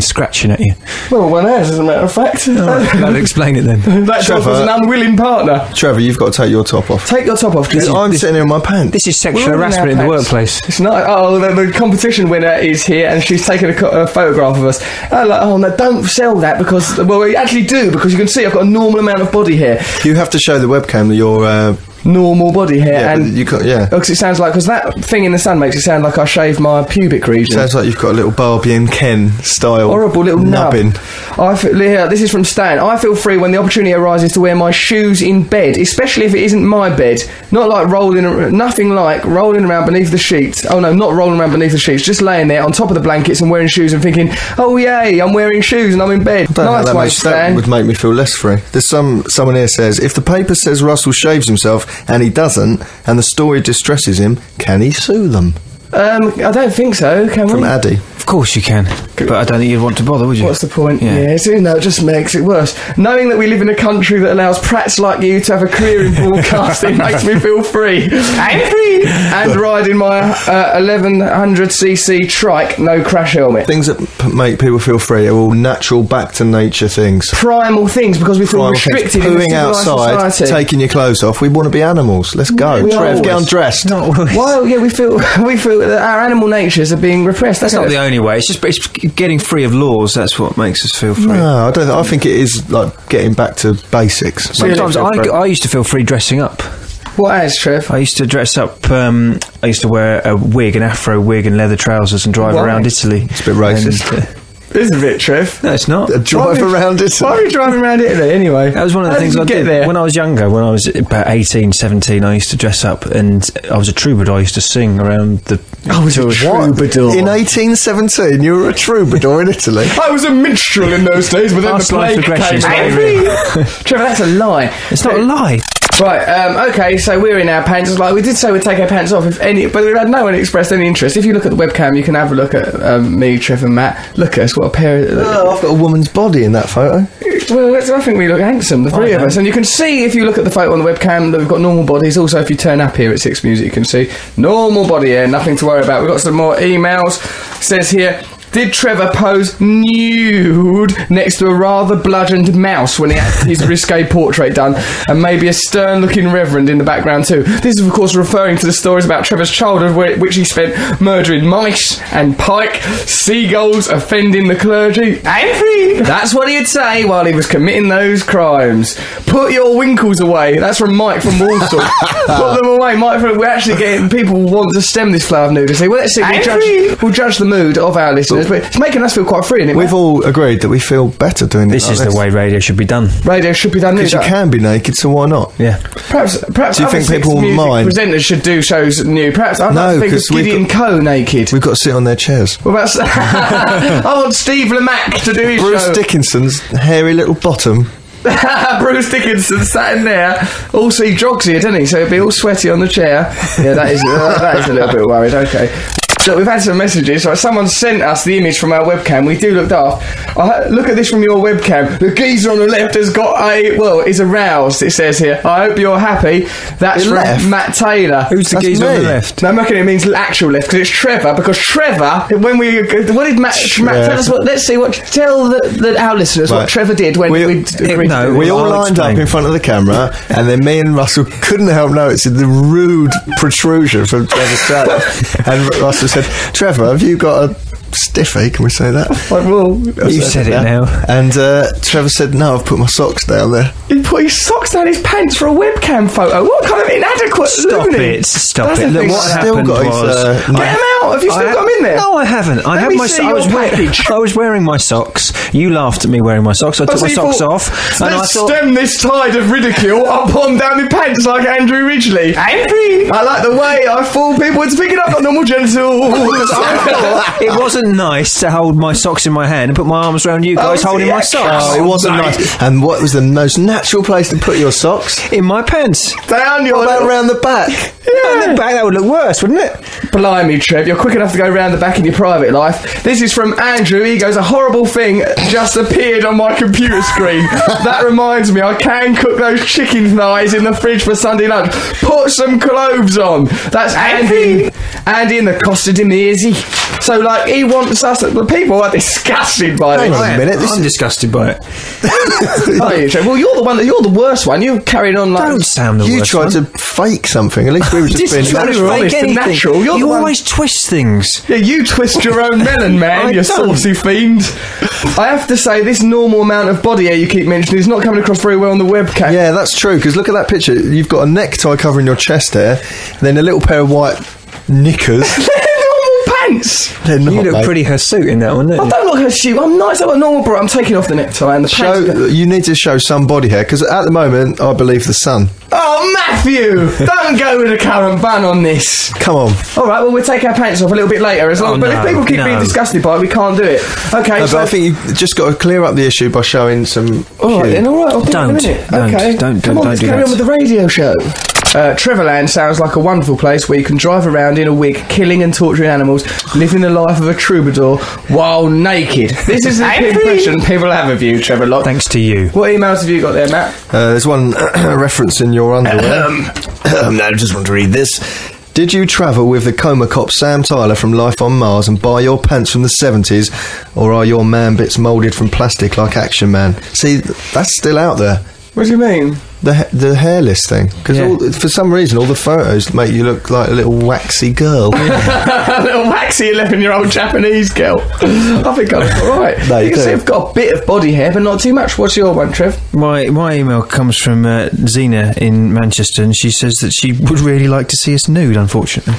[SPEAKER 5] scratching at you.
[SPEAKER 2] Well, one has, as a matter of fact.
[SPEAKER 5] That'll explain it then.
[SPEAKER 2] that dog was
[SPEAKER 4] Trevor.
[SPEAKER 2] an unwilling partner.
[SPEAKER 4] Trevor, you've got to take your top off.
[SPEAKER 2] Take your top off, because
[SPEAKER 4] I'm sitting here in my pants.
[SPEAKER 5] This is sexual
[SPEAKER 2] We're all in our
[SPEAKER 5] harassment in the
[SPEAKER 2] pants.
[SPEAKER 5] workplace.
[SPEAKER 2] It's not. Oh, the, the competition winner is here, and she's taken a, co- a photograph of us. i like, oh no, don't sell that because well, we actually do because you can see I've got a normal amount of body hair,
[SPEAKER 4] you have to show the webcam that you're. Uh,
[SPEAKER 2] normal body hair,
[SPEAKER 4] yeah,
[SPEAKER 2] and Oh,
[SPEAKER 4] you can, yeah.
[SPEAKER 2] because it sounds like because that thing in the sun makes it sound like I shaved my pubic region.
[SPEAKER 4] Sounds like you've got a little Barbie and Ken style.
[SPEAKER 2] Horrible little nub.
[SPEAKER 4] nubbin.
[SPEAKER 2] I feel, yeah, this is from Stan. I feel free when the opportunity arises to wear my shoes in bed, especially if it isn't my bed. Not like rolling, ar- nothing like rolling around beneath the sheets. Oh no, not rolling around beneath the sheets. Just laying there on top of the blankets and wearing shoes and thinking, oh yay, I'm wearing shoes and I'm in bed.
[SPEAKER 4] Don't know how
[SPEAKER 2] Nice
[SPEAKER 4] that,
[SPEAKER 2] way,
[SPEAKER 4] makes- that
[SPEAKER 2] Stan.
[SPEAKER 4] would make me feel less free. There's some someone here says if the paper says Russell shaves himself and he doesn't, and the story distresses him, can he sue them?
[SPEAKER 2] Um, I don't think so. Can
[SPEAKER 4] From
[SPEAKER 2] we?
[SPEAKER 4] Addy,
[SPEAKER 5] Of course you can, but I don't think you'd want to bother, would you?
[SPEAKER 2] What's the point?
[SPEAKER 5] Yeah.
[SPEAKER 2] Yeah, so, you know, it just makes it worse. Knowing that we live in a country that allows prats like you to have a career in broadcasting makes me feel free. And free! And riding my uh, 1100cc trike, no crash helmet.
[SPEAKER 4] things that p- make people feel free are all natural, back to nature things.
[SPEAKER 2] Primal things because we feel
[SPEAKER 4] Primal things.
[SPEAKER 2] restricted in
[SPEAKER 4] Pooing
[SPEAKER 2] this
[SPEAKER 4] outside,
[SPEAKER 2] society.
[SPEAKER 4] taking your clothes off. We want to be animals. Let's go,
[SPEAKER 2] We are
[SPEAKER 4] Trev. Get
[SPEAKER 2] always.
[SPEAKER 4] undressed.
[SPEAKER 2] well, yeah, we feel we feel that our animal natures are being repressed. That's
[SPEAKER 5] That's not the only way. It's just it's getting free of laws. That's what makes us feel free.
[SPEAKER 4] No, I don't. think- I think it is like getting back to basics.
[SPEAKER 5] Sometimes I, I used to feel free dressing up.
[SPEAKER 2] what has Trev.
[SPEAKER 5] I used to dress up. Um, I used to wear a wig, an afro wig, and leather trousers, and drive
[SPEAKER 2] Why?
[SPEAKER 5] around Italy. It's
[SPEAKER 4] a bit racist.
[SPEAKER 2] This is a bit Trev.
[SPEAKER 5] no, it's not.
[SPEAKER 4] A drive around it.
[SPEAKER 2] Why are we driving around Italy anyway?
[SPEAKER 5] That was one of the
[SPEAKER 2] How
[SPEAKER 5] things
[SPEAKER 2] did
[SPEAKER 5] I
[SPEAKER 2] you get
[SPEAKER 5] did
[SPEAKER 2] there.
[SPEAKER 5] when I was younger. When I was about 18, 17, I used to dress up, and I was a troubadour. I used to sing around the. I was
[SPEAKER 2] troubadour.
[SPEAKER 4] In 1817, you were a troubadour in Italy.
[SPEAKER 2] I was a minstrel in those days, but then
[SPEAKER 5] Past
[SPEAKER 2] the
[SPEAKER 5] life
[SPEAKER 2] plague
[SPEAKER 5] regressions,
[SPEAKER 2] came.
[SPEAKER 5] mate, really.
[SPEAKER 2] Trevor, that's a lie.
[SPEAKER 5] It's not a lie.
[SPEAKER 2] Right, um, okay, so we're in our pants. Like we did say, we'd take our pants off if any, but we've had no one expressed any interest. If you look at the webcam, you can have a look at um, me, Trev, and Matt. Look at us, what a pair. Of,
[SPEAKER 4] Oh, I've got a woman's body in that photo.
[SPEAKER 2] well, it's- I think we look handsome, the three of us. And you can see if you look at the photo on the webcam that we've got normal bodies. Also, if you turn up here at Six Music, you can see normal body hair, nothing to worry about. We've got some more emails. It says here. Did Trevor pose nude next to a rather bludgeoned mouse when he had his risque portrait done, and maybe a stern looking reverend in the background, too? This is, of course, referring to the stories about Trevor's childhood, where, which he spent murdering mice and pike, seagulls, offending the clergy, and free. That's what he'd say while he was committing those crimes. Put your winkles away. That's from Mike from Walsall. Put them away, Mike. From, we're actually getting people want to stem this flower of nudity. Well, let's see. We'll judge, we'll judge the mood of our listeners, but it's making us feel quite free. Isn't it?
[SPEAKER 4] We've
[SPEAKER 2] Matt?
[SPEAKER 4] all agreed that we feel better doing it
[SPEAKER 5] This
[SPEAKER 4] like
[SPEAKER 5] is the way radio should be done.
[SPEAKER 2] radio should be done nude.
[SPEAKER 4] Because you can be naked, so why not?
[SPEAKER 5] Yeah.
[SPEAKER 2] Perhaps, perhaps
[SPEAKER 4] Do you
[SPEAKER 2] other
[SPEAKER 4] think
[SPEAKER 2] six
[SPEAKER 4] people will
[SPEAKER 2] music
[SPEAKER 4] mind?
[SPEAKER 2] Presenters should do shows new. Perhaps I'd
[SPEAKER 4] No,
[SPEAKER 2] like to think of
[SPEAKER 4] 'cause we've
[SPEAKER 2] Gideon Coe naked.
[SPEAKER 4] We've got to sit on their chairs.
[SPEAKER 2] Well, that's. I want Steve Lamack to do his
[SPEAKER 4] Bruce
[SPEAKER 2] show.
[SPEAKER 4] Dickinson's hairy little bottom.
[SPEAKER 2] Bruce Dickinson sat in there, all see here, didn't he? So he'd be all sweaty on the chair. Yeah, that is uh, that is a little bit worried. Okay. Look, we've had some messages. Right, someone sent us the image from our webcam. We do look daft. I, look at this from your webcam. The geezer on the left has got a well, is aroused. It says here. I hope you're happy. That's
[SPEAKER 4] The
[SPEAKER 2] from
[SPEAKER 4] left?
[SPEAKER 2] Matt Taylor.
[SPEAKER 5] Who's the
[SPEAKER 4] That's
[SPEAKER 5] geezer on the
[SPEAKER 4] me.
[SPEAKER 5] left?
[SPEAKER 2] No, I'm reckon it means actual left because it's Trevor. Because Trevor, when we, what did Matt? Matt tell us what. Let's see what. Tell the, the, our listeners what
[SPEAKER 4] Right.
[SPEAKER 2] Trevor did when
[SPEAKER 4] We-
[SPEAKER 2] we.
[SPEAKER 5] uh, no,
[SPEAKER 4] We all
[SPEAKER 5] I'll
[SPEAKER 4] lined
[SPEAKER 5] explain.
[SPEAKER 4] up in front of the camera, and then me and Russell couldn't help noticing the rude protrusion from Trevor's chest. and Ru- Russell said, "Trevor, have you got a stiffy? Can we say that?"
[SPEAKER 2] Like, well,
[SPEAKER 5] You said it now.
[SPEAKER 4] And uh, Trevor said, "No, I've put my socks down there."
[SPEAKER 2] He put his socks down his pants for a webcam photo. What kind of inadequate
[SPEAKER 5] Stop
[SPEAKER 2] loony?
[SPEAKER 5] it! Stop
[SPEAKER 2] That's
[SPEAKER 5] it!
[SPEAKER 2] The
[SPEAKER 5] Look,
[SPEAKER 2] thing.
[SPEAKER 5] what
[SPEAKER 4] Still
[SPEAKER 5] happened
[SPEAKER 4] got his,
[SPEAKER 5] was
[SPEAKER 4] uh,
[SPEAKER 5] I-
[SPEAKER 2] Get 'em out! Have you still
[SPEAKER 5] I-
[SPEAKER 2] got 'em in there?
[SPEAKER 5] No, I haven't. I
[SPEAKER 2] Let
[SPEAKER 5] had
[SPEAKER 2] me
[SPEAKER 5] my.
[SPEAKER 2] see
[SPEAKER 5] I was
[SPEAKER 2] your
[SPEAKER 5] wearing.
[SPEAKER 2] package.
[SPEAKER 5] I was wearing my socks. You laughed at me wearing my socks. I took
[SPEAKER 2] so
[SPEAKER 5] my
[SPEAKER 2] you
[SPEAKER 5] socks
[SPEAKER 2] thought,
[SPEAKER 5] off, and I
[SPEAKER 2] Let's
[SPEAKER 5] thought.
[SPEAKER 2] stem this tide of ridicule. I'll pull 'em down my pants like Andrew Ridgely. Andrew! I like the way I fool people into picking up on normal genitals.
[SPEAKER 5] It wasn't nice to hold my socks in my hand and put my arms around you guys
[SPEAKER 2] was
[SPEAKER 5] holding
[SPEAKER 2] the
[SPEAKER 5] my
[SPEAKER 2] extra.
[SPEAKER 5] socks
[SPEAKER 4] Oh, it wasn't
[SPEAKER 2] mate.
[SPEAKER 4] nice. And what was the most natural place to put your socks?
[SPEAKER 5] in my pants.
[SPEAKER 2] down your
[SPEAKER 4] What about
[SPEAKER 2] little-
[SPEAKER 4] round the back?
[SPEAKER 5] Yeah. Back, that would look worse, wouldn't it?
[SPEAKER 2] Blimey, Trev, you're quick enough to go round the back in your private life. This is from Andrew. He goes, A horrible thing just appeared on my computer screen. that reminds me, I can cook those chicken thighs in the fridge for Sunday lunch. Put some cloves on. That's Andy. Andy in the Costa di Mirzi. So, like, he wants us, the people are disgusted by
[SPEAKER 4] Hang
[SPEAKER 2] this.
[SPEAKER 4] on a minute. This
[SPEAKER 5] Oh, I'm disgusted by it.
[SPEAKER 2] Aren't you, Trev? Well, you're the one that you're the worst one. You're carrying on like.
[SPEAKER 5] Don't sound the
[SPEAKER 4] you
[SPEAKER 5] worst
[SPEAKER 4] tried
[SPEAKER 5] one.
[SPEAKER 4] to fake something. At least we were just being
[SPEAKER 2] Just try to
[SPEAKER 4] natural.
[SPEAKER 2] fake
[SPEAKER 5] anything.
[SPEAKER 2] natural. You're the
[SPEAKER 5] You
[SPEAKER 2] one-
[SPEAKER 5] always twist things.
[SPEAKER 2] Yeah, you twist your own melon,
[SPEAKER 5] I
[SPEAKER 2] man, you
[SPEAKER 5] don't.
[SPEAKER 2] saucy fiend. I have to say, this normal amount of body hair you keep mentioning is not coming across very well on the webcam.
[SPEAKER 4] Yeah, that's true. Because look at that picture. You've got a necktie covering your chest there, and then a little pair of white knickers.
[SPEAKER 2] normal pants!
[SPEAKER 4] They're not,
[SPEAKER 5] You look
[SPEAKER 4] mate.
[SPEAKER 5] pretty hirsute in that one, don't
[SPEAKER 2] I
[SPEAKER 5] you?
[SPEAKER 2] don't look her shoe. I'm nice, I'm a normal bra. I'm taking off the necktie and the pants.
[SPEAKER 4] Show, you need to show some body hair because at the moment I believe the sun.
[SPEAKER 2] Oh, Matthew! don't go with the current ban on this.
[SPEAKER 4] Come on,
[SPEAKER 2] All right, well, we'll take our pants off a little bit later as long.
[SPEAKER 5] Oh,
[SPEAKER 2] but
[SPEAKER 5] no,
[SPEAKER 2] if people keep
[SPEAKER 5] no.
[SPEAKER 2] being disgusted by it, we can't do it. Okay,
[SPEAKER 4] No,
[SPEAKER 2] so.
[SPEAKER 4] but I think you've just got to clear up the issue by showing some.
[SPEAKER 2] All right,
[SPEAKER 4] cute.
[SPEAKER 2] then, all right, I'll do
[SPEAKER 5] Don't,
[SPEAKER 2] it in a minute.
[SPEAKER 5] don't,
[SPEAKER 2] okay. Come
[SPEAKER 5] don't, don't,
[SPEAKER 2] on,
[SPEAKER 5] don't
[SPEAKER 2] let's
[SPEAKER 5] do
[SPEAKER 2] carry
[SPEAKER 5] that.
[SPEAKER 2] on with the radio show. Uh, Trevorland sounds like a wonderful place where you can drive around in a wig, killing and torturing animals, living the life of a troubadour while naked. This is the impression people have of you, Trevor Locke.
[SPEAKER 5] Thanks to you.
[SPEAKER 2] What emails have you got there, Matt?
[SPEAKER 4] Uh, there's one reference in your underwear. no, I just want to read this. Did you travel with the coma cop Sam Tyler from Life on Mars and buy your pants from the 70s, or are your man bits moulded from plastic like Action Man? See, that's still out there.
[SPEAKER 2] What do you mean?
[SPEAKER 4] The, ha- the hairless thing. Because
[SPEAKER 5] Yeah.
[SPEAKER 4] for some reason, all the photos make you look like a little waxy girl.
[SPEAKER 2] a little waxy 11 year old Japanese girl. I think I'm alright.
[SPEAKER 4] No, you
[SPEAKER 2] you can see
[SPEAKER 4] do.
[SPEAKER 2] I've got a bit of body hair, but not too much. What's your one, Trev?
[SPEAKER 5] My my email comes from uh, Zena in Manchester, and she says that she would really like to see us nude. Unfortunately,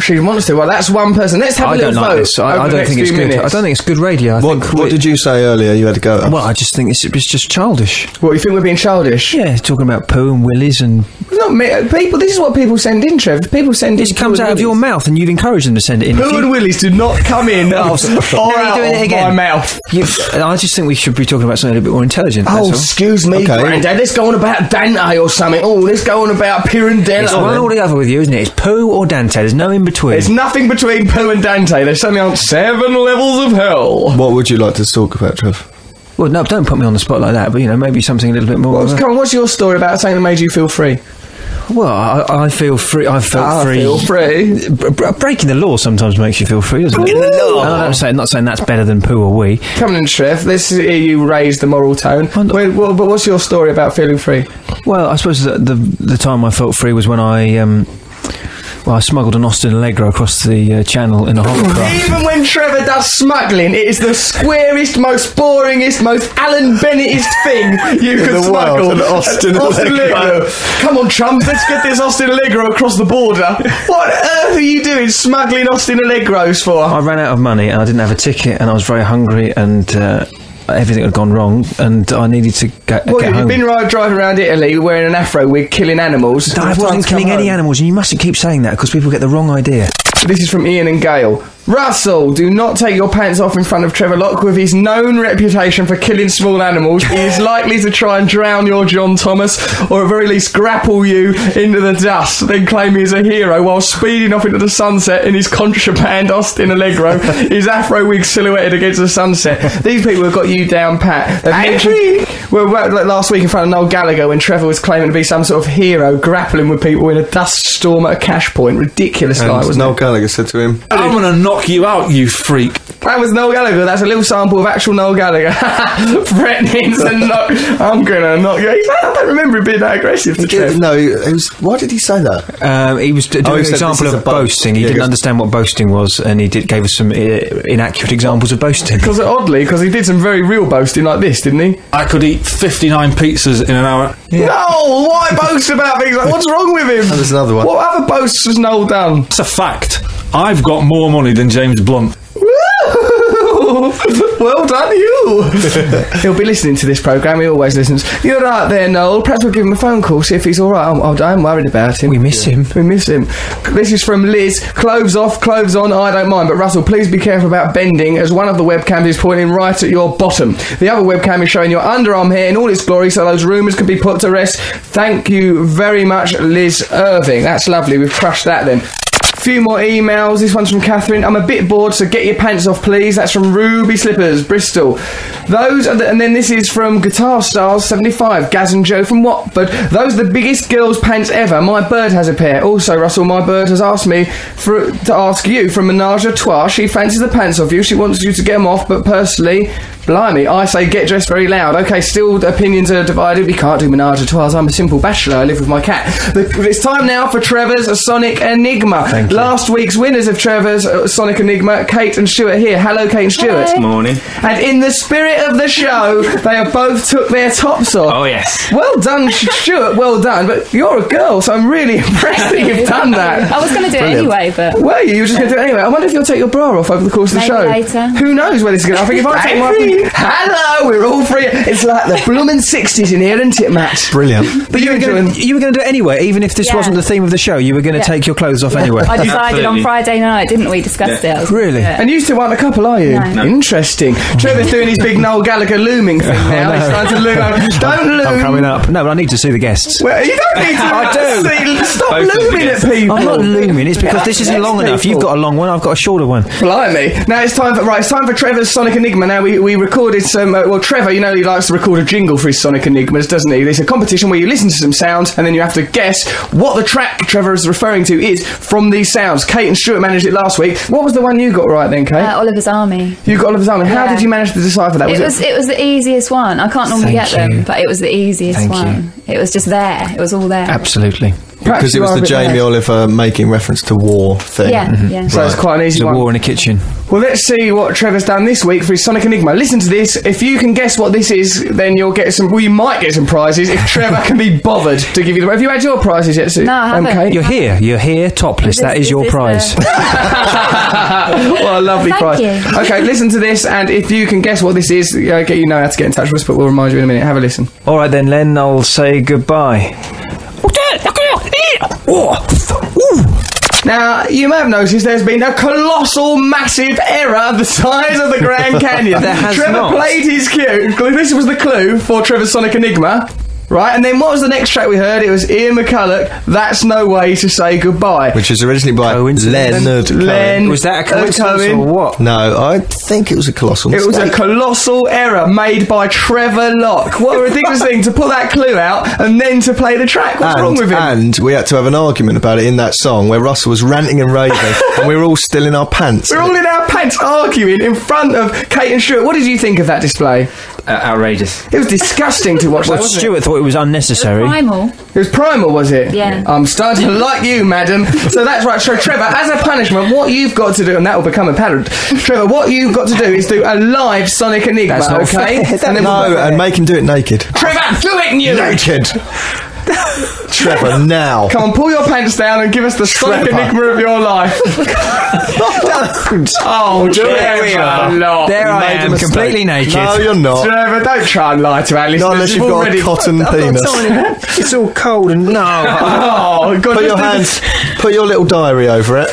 [SPEAKER 2] She wants to. Well, that's one person. Let's have a
[SPEAKER 5] I
[SPEAKER 2] little
[SPEAKER 5] don't like
[SPEAKER 2] vote
[SPEAKER 5] this. I,
[SPEAKER 2] over
[SPEAKER 5] I
[SPEAKER 2] the
[SPEAKER 5] don't
[SPEAKER 2] next
[SPEAKER 5] think it's
[SPEAKER 2] few
[SPEAKER 5] good. I
[SPEAKER 2] minutes.
[SPEAKER 5] don't think it's good radio. I think
[SPEAKER 4] what,
[SPEAKER 5] we-
[SPEAKER 4] what did you say earlier you had to go?
[SPEAKER 5] Well, I just think it's, it's just childish.
[SPEAKER 2] What, you think we're being childish?
[SPEAKER 5] Yeah, talking talking about poo and willies and
[SPEAKER 2] Not me. People. This is what people send in, Trev. People send in.
[SPEAKER 5] it comes
[SPEAKER 2] poo
[SPEAKER 5] out
[SPEAKER 2] and
[SPEAKER 5] of your
[SPEAKER 2] willies.
[SPEAKER 5] mouth, and you'd encourage them to send it in. If
[SPEAKER 2] Poo
[SPEAKER 5] you-
[SPEAKER 2] and willies do not come in or
[SPEAKER 5] Oh,
[SPEAKER 2] out
[SPEAKER 5] sorry. Now you're doing
[SPEAKER 2] of
[SPEAKER 5] it
[SPEAKER 2] my
[SPEAKER 5] again.
[SPEAKER 2] mouth.
[SPEAKER 5] you, I just think we should be talking about something a little bit more intelligent.
[SPEAKER 2] Oh,
[SPEAKER 5] that's all.
[SPEAKER 2] excuse me,
[SPEAKER 4] Okay.
[SPEAKER 2] Grandad. Let's go on about Dante or something. Oh, let's go on about Pirandello.
[SPEAKER 5] it's one or the other with you, isn't it? It's poo or Dante. There's no in between.
[SPEAKER 2] There's nothing between Pooh and Dante. They're suddenly on seven levels of hell.
[SPEAKER 4] What would you like to talk about, Trev?
[SPEAKER 5] Well, no, don't put me on the spot like that. But you know, maybe something a little bit more.
[SPEAKER 2] Well, come on, what's your story about something that made you feel free?
[SPEAKER 5] Well, I, I feel free. Ah, I felt
[SPEAKER 2] I
[SPEAKER 5] free.
[SPEAKER 2] Ah, feel free.
[SPEAKER 5] B- b- breaking the law sometimes makes you feel free, doesn't it? Breaking the law. I'm not saying, not saying that's better than poo or wee.
[SPEAKER 2] Come on, Trev. Let's hear you raise the moral tone. Wait, well, but what's your story about feeling free?
[SPEAKER 5] Well, I suppose the, the the time I felt free was when I um, well, I smuggled an Austin Allegro across the uh, channel in a hovercraft.
[SPEAKER 2] Even when Trevor does smuggling, it is the squarest, most boringest, most Alan Bennettist thing you could
[SPEAKER 4] the world,
[SPEAKER 2] smuggle.
[SPEAKER 4] an Austin Allegro.
[SPEAKER 2] Come on, Trump, let's get this Austin Allegro across the border. What earth are you doing smuggling Austin Allegros for?
[SPEAKER 5] I ran out of money and I didn't have a ticket, and I was very hungry, and uh, everything had gone wrong, and I needed to get,
[SPEAKER 2] Well,
[SPEAKER 5] get
[SPEAKER 2] you've
[SPEAKER 5] home.
[SPEAKER 2] been ri- driving around Italy wearing an afro wig, killing animals.
[SPEAKER 5] I
[SPEAKER 2] It's time
[SPEAKER 5] wasn't
[SPEAKER 2] to come
[SPEAKER 5] killing any
[SPEAKER 2] home.
[SPEAKER 5] animals, and you mustn't keep saying that because people get the wrong idea.
[SPEAKER 2] This is from Ian and Gail. Russell, do not take your pants off in front of Trevor Locke. With his known reputation for killing small animals, he is likely to try and drown your John Thomas, or at very least grapple you into the dust, then claim he is a hero while speeding off into the sunset in his contraband Austin Allegro, his afro wig silhouetted against the sunset. These people have got you down pat. They've mentioned- well, well, like last week in front of Noel Gallagher when Trevor was claiming to be some sort of hero grappling with people in a dust storm at a cash point. Ridiculous guy,
[SPEAKER 4] And
[SPEAKER 2] wasn't it?
[SPEAKER 4] Noel Gallagher said to him,
[SPEAKER 6] I'm gonna knock you out, you freak.
[SPEAKER 2] That was Noel Gallagher. That's a little sample of actual Noel Gallagher. Threatening to knock. I'm gonna knock you. I don't remember him being that aggressive to Trev.
[SPEAKER 4] "No, it was, why did he say that?"
[SPEAKER 5] Um, he was doing
[SPEAKER 4] Oh,
[SPEAKER 5] an
[SPEAKER 4] he said
[SPEAKER 5] example
[SPEAKER 4] this is
[SPEAKER 5] of
[SPEAKER 4] a boast.
[SPEAKER 5] boasting. He
[SPEAKER 4] Yeah, he
[SPEAKER 5] didn't
[SPEAKER 4] goes-
[SPEAKER 5] understand what boasting was, and he did, gave us some uh, inaccurate examples of boasting.
[SPEAKER 2] Because oddly, because he did some very real boasting like this, didn't he?
[SPEAKER 6] I could eat 59 pizzas in an hour.
[SPEAKER 2] No, why boast about things like what's wrong with him?
[SPEAKER 4] there's another one.
[SPEAKER 2] What other boasts has Noel done?
[SPEAKER 6] It's a fact. I've got more money than James Blunt.
[SPEAKER 2] well done, you. He'll be listening to this program. He always listens. You're right there, Noel. Perhaps we'll give him a phone call, see if he's all right. I'm, I'm worried about him.
[SPEAKER 5] We miss him.
[SPEAKER 2] We miss him. This is from Liz. Clothes off, clothes on, I don't mind. But Russell, please be careful about bending as one of the webcams is pointing right at your bottom. The other webcam is showing your underarm hair in all its glory so those rumours can be put to rest. Thank you very much, Liz Irving. That's lovely. We've crushed that then. Few more emails. This one's from Catherine. I'm a bit bored, so get your pants off, please. That's from Ruby Slippers, Bristol. Those are the, and then this is from Guitar Stars 75, Gaz and Joe from Watford. Those are the biggest girls' pants ever. My bird has a pair. Also, Russell, my bird has asked me for to ask you from Menage a Trois. She fancies the pants off you. She wants you to get them off, but personally, blimey, I say get dressed very loud. Okay, still the opinions are divided. We can't do Menage a Trois. I'm a simple bachelor. I live with my cat. The, it's time now for Trevor's Sonic Enigma. Last week's winners of Trevor's uh, Sonic Enigma, Kate and Stuart here. Hello, Kate and Stuart.
[SPEAKER 8] Morning.
[SPEAKER 2] And in the spirit of the show, they have both took their tops off.
[SPEAKER 8] Oh, yes.
[SPEAKER 2] Well done, Stuart. Well done. But you're a girl, so I'm really impressed that you've done that.
[SPEAKER 9] I was going to do it anyway, but
[SPEAKER 2] Were you? You were just going to do it anyway. I wonder if you'll take your bra off over the course of the
[SPEAKER 9] Maybe
[SPEAKER 2] show.
[SPEAKER 9] later.
[SPEAKER 2] Who knows where this is going to I think if I take my off, hello, we're all free. It's like the blooming 60s in here, isn't it, Matt?
[SPEAKER 4] Brilliant.
[SPEAKER 5] But you were, gonna,
[SPEAKER 2] enjoying-
[SPEAKER 5] you were going to do it anyway, even if this
[SPEAKER 9] Yeah.
[SPEAKER 5] wasn't the theme of the show. You were going to
[SPEAKER 9] Yeah.
[SPEAKER 5] take your clothes off anyway.
[SPEAKER 9] I decided on
[SPEAKER 8] Absolutely.
[SPEAKER 9] Friday night, didn't we? Discussed it. I was-
[SPEAKER 5] Really?
[SPEAKER 9] Yeah.
[SPEAKER 2] And you still aren't a couple, are you?
[SPEAKER 9] No. No.
[SPEAKER 2] Interesting. Trevor's doing his big Noel Gallagher looming thing now. He's starting to loom. over. Don't loom.
[SPEAKER 5] Oh, I'm coming up. No, but I need to see the guests.
[SPEAKER 2] Well, you don't need to.
[SPEAKER 5] I do.
[SPEAKER 2] See, stop
[SPEAKER 8] Both of the
[SPEAKER 2] looming at
[SPEAKER 8] guests.
[SPEAKER 2] people.
[SPEAKER 5] I'm not looming. It's because this isn't
[SPEAKER 2] Next
[SPEAKER 5] long enough. You've
[SPEAKER 2] people.
[SPEAKER 5] got a long one. I've got a shorter one.
[SPEAKER 2] Blimey! Now it's time for right. It's time for Trevor's Sonic Enigma. Now we, we recorded some. Uh, well, Trevor, you know he likes to record a jingle for his Sonic Enigmas, doesn't he? There's a competition where you listen to some sounds and then you have to guess what the track Trevor is referring to is from these sounds. Kate and Stuart managed it last week. What was the one you got right then, Kate?
[SPEAKER 9] Uh, Oliver's Army.
[SPEAKER 2] you got Oliver's Army. How
[SPEAKER 9] yeah.
[SPEAKER 2] did you manage to decipher that?
[SPEAKER 9] It was it was the easiest one. I can't normally
[SPEAKER 5] Thank
[SPEAKER 9] get
[SPEAKER 5] you.
[SPEAKER 9] them, but it was the easiest
[SPEAKER 5] Thank
[SPEAKER 9] one. It was just there. It was all there.
[SPEAKER 5] Absolutely.
[SPEAKER 4] because it was the Jamie Oliver making reference to war thing.
[SPEAKER 9] Yeah, yeah.
[SPEAKER 2] So it's quite an
[SPEAKER 5] There's
[SPEAKER 2] easy
[SPEAKER 5] a
[SPEAKER 2] one.
[SPEAKER 5] war in a kitchen.
[SPEAKER 2] Well, let's see what Trevor's done this week for his Sonic Enigma. Listen to this. If you can guess what this is, then you'll get some. Well, you might get some prizes if Trevor can be bothered to give you them. Have you had your prizes yet, Sue?
[SPEAKER 9] No, I haven't.
[SPEAKER 2] Okay.
[SPEAKER 5] You're here. You're here, topless.
[SPEAKER 9] Is
[SPEAKER 5] that
[SPEAKER 9] this-
[SPEAKER 5] is
[SPEAKER 9] is
[SPEAKER 5] your
[SPEAKER 9] this uh,
[SPEAKER 5] prize.
[SPEAKER 2] what a lovely
[SPEAKER 9] Thank
[SPEAKER 2] prize.
[SPEAKER 9] you.
[SPEAKER 2] Okay, listen to this, and if you can guess what this is, uh, get you know how to get in touch with us, but we'll remind you in a minute. Have a listen.
[SPEAKER 5] All right then, Len. I'll say goodbye.
[SPEAKER 2] Now, you may have noticed there's been a colossal, massive error the size of the Grand Canyon.
[SPEAKER 5] There has
[SPEAKER 2] Trevor
[SPEAKER 5] not.
[SPEAKER 2] played his cue. This was the clue for Trevor's Sonic Enigma. Right, and then what was the next track we heard? It was Ian McCulloch, That's No Way to Say Goodbye.
[SPEAKER 4] Which was originally by
[SPEAKER 5] Coincidence.
[SPEAKER 4] Leonard Cohen.
[SPEAKER 2] Len-
[SPEAKER 5] Was that a
[SPEAKER 2] Uh,
[SPEAKER 5] coincidence
[SPEAKER 2] Cohen.
[SPEAKER 5] or what?
[SPEAKER 4] No, I think it was a colossal
[SPEAKER 2] It was a
[SPEAKER 4] mistake.
[SPEAKER 2] colossal error made by Trevor Locke. What a ridiculous thing to pull that clue out and then to play the track. What's
[SPEAKER 4] and,
[SPEAKER 2] wrong with him?
[SPEAKER 4] and we had to have an argument about it in that song where Russell was ranting and raving, and we were all still in our pants.
[SPEAKER 2] We're all in our pants arguing in front of Kate and Stuart. What did you think of that display?
[SPEAKER 8] Uh, outrageous.
[SPEAKER 2] It was disgusting to watch. that,
[SPEAKER 5] Well,
[SPEAKER 2] wasn't it?
[SPEAKER 5] Stuart thought it was unnecessary.
[SPEAKER 9] Primal.
[SPEAKER 2] It was primal, was it?
[SPEAKER 9] Yeah.
[SPEAKER 2] I'm starting to like you, madam. So that's right. So Trevor, as a punishment, what you've got to do, and that will become apparent. Trevor, what you've got to do is do a live Sonic Enigma,
[SPEAKER 5] That's not
[SPEAKER 2] okay?
[SPEAKER 5] fair.
[SPEAKER 2] And then
[SPEAKER 4] no,
[SPEAKER 2] we'll-
[SPEAKER 4] and make him do it naked.
[SPEAKER 2] Trevor, do it, you.
[SPEAKER 4] Naked! Trevor, now.
[SPEAKER 2] Come on, pull your pants down and give us the Sonic
[SPEAKER 4] Trevor.
[SPEAKER 2] Enigma of your life. oh, there we are. Lot.
[SPEAKER 5] There I
[SPEAKER 4] Made a
[SPEAKER 5] am,
[SPEAKER 4] mistake.
[SPEAKER 5] completely naked.
[SPEAKER 4] No, you're not.
[SPEAKER 2] Trevor, don't try and lie to our listeners.
[SPEAKER 4] Not unless you've got
[SPEAKER 2] already...
[SPEAKER 4] a cotton penis.
[SPEAKER 5] it's all cold and no.
[SPEAKER 2] Oh, God.
[SPEAKER 4] Put
[SPEAKER 2] just
[SPEAKER 4] your
[SPEAKER 2] do the-
[SPEAKER 4] hands, put your little diary over it.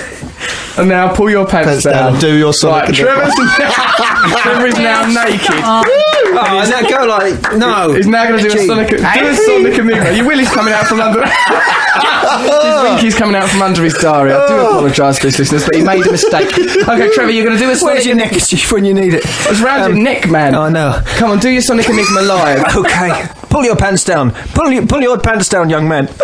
[SPEAKER 2] And now pull your pants,
[SPEAKER 4] Pants down and do your Sonic
[SPEAKER 2] Right,
[SPEAKER 4] Enigma.
[SPEAKER 2] Trevor's Trevor is now naked.
[SPEAKER 5] Oh, and that go like no.
[SPEAKER 2] He's now going to do a
[SPEAKER 5] Gee.
[SPEAKER 2] Sonic, do a Sonic Enigma. Your Willie's coming out from under. his winky's coming out from under his diary. I do apologise to his listeners, but he made a mistake. Okay, Trevor, you're going to do a Sonic
[SPEAKER 5] Where's your
[SPEAKER 2] Enigma.
[SPEAKER 5] neckerchief when you need it?
[SPEAKER 2] It's round your neck, man.
[SPEAKER 4] oh.
[SPEAKER 5] I know.
[SPEAKER 2] Come on, do your Sonic Enigma live.
[SPEAKER 5] Okay, pull your pants down. Pull your pull your pants down, young man.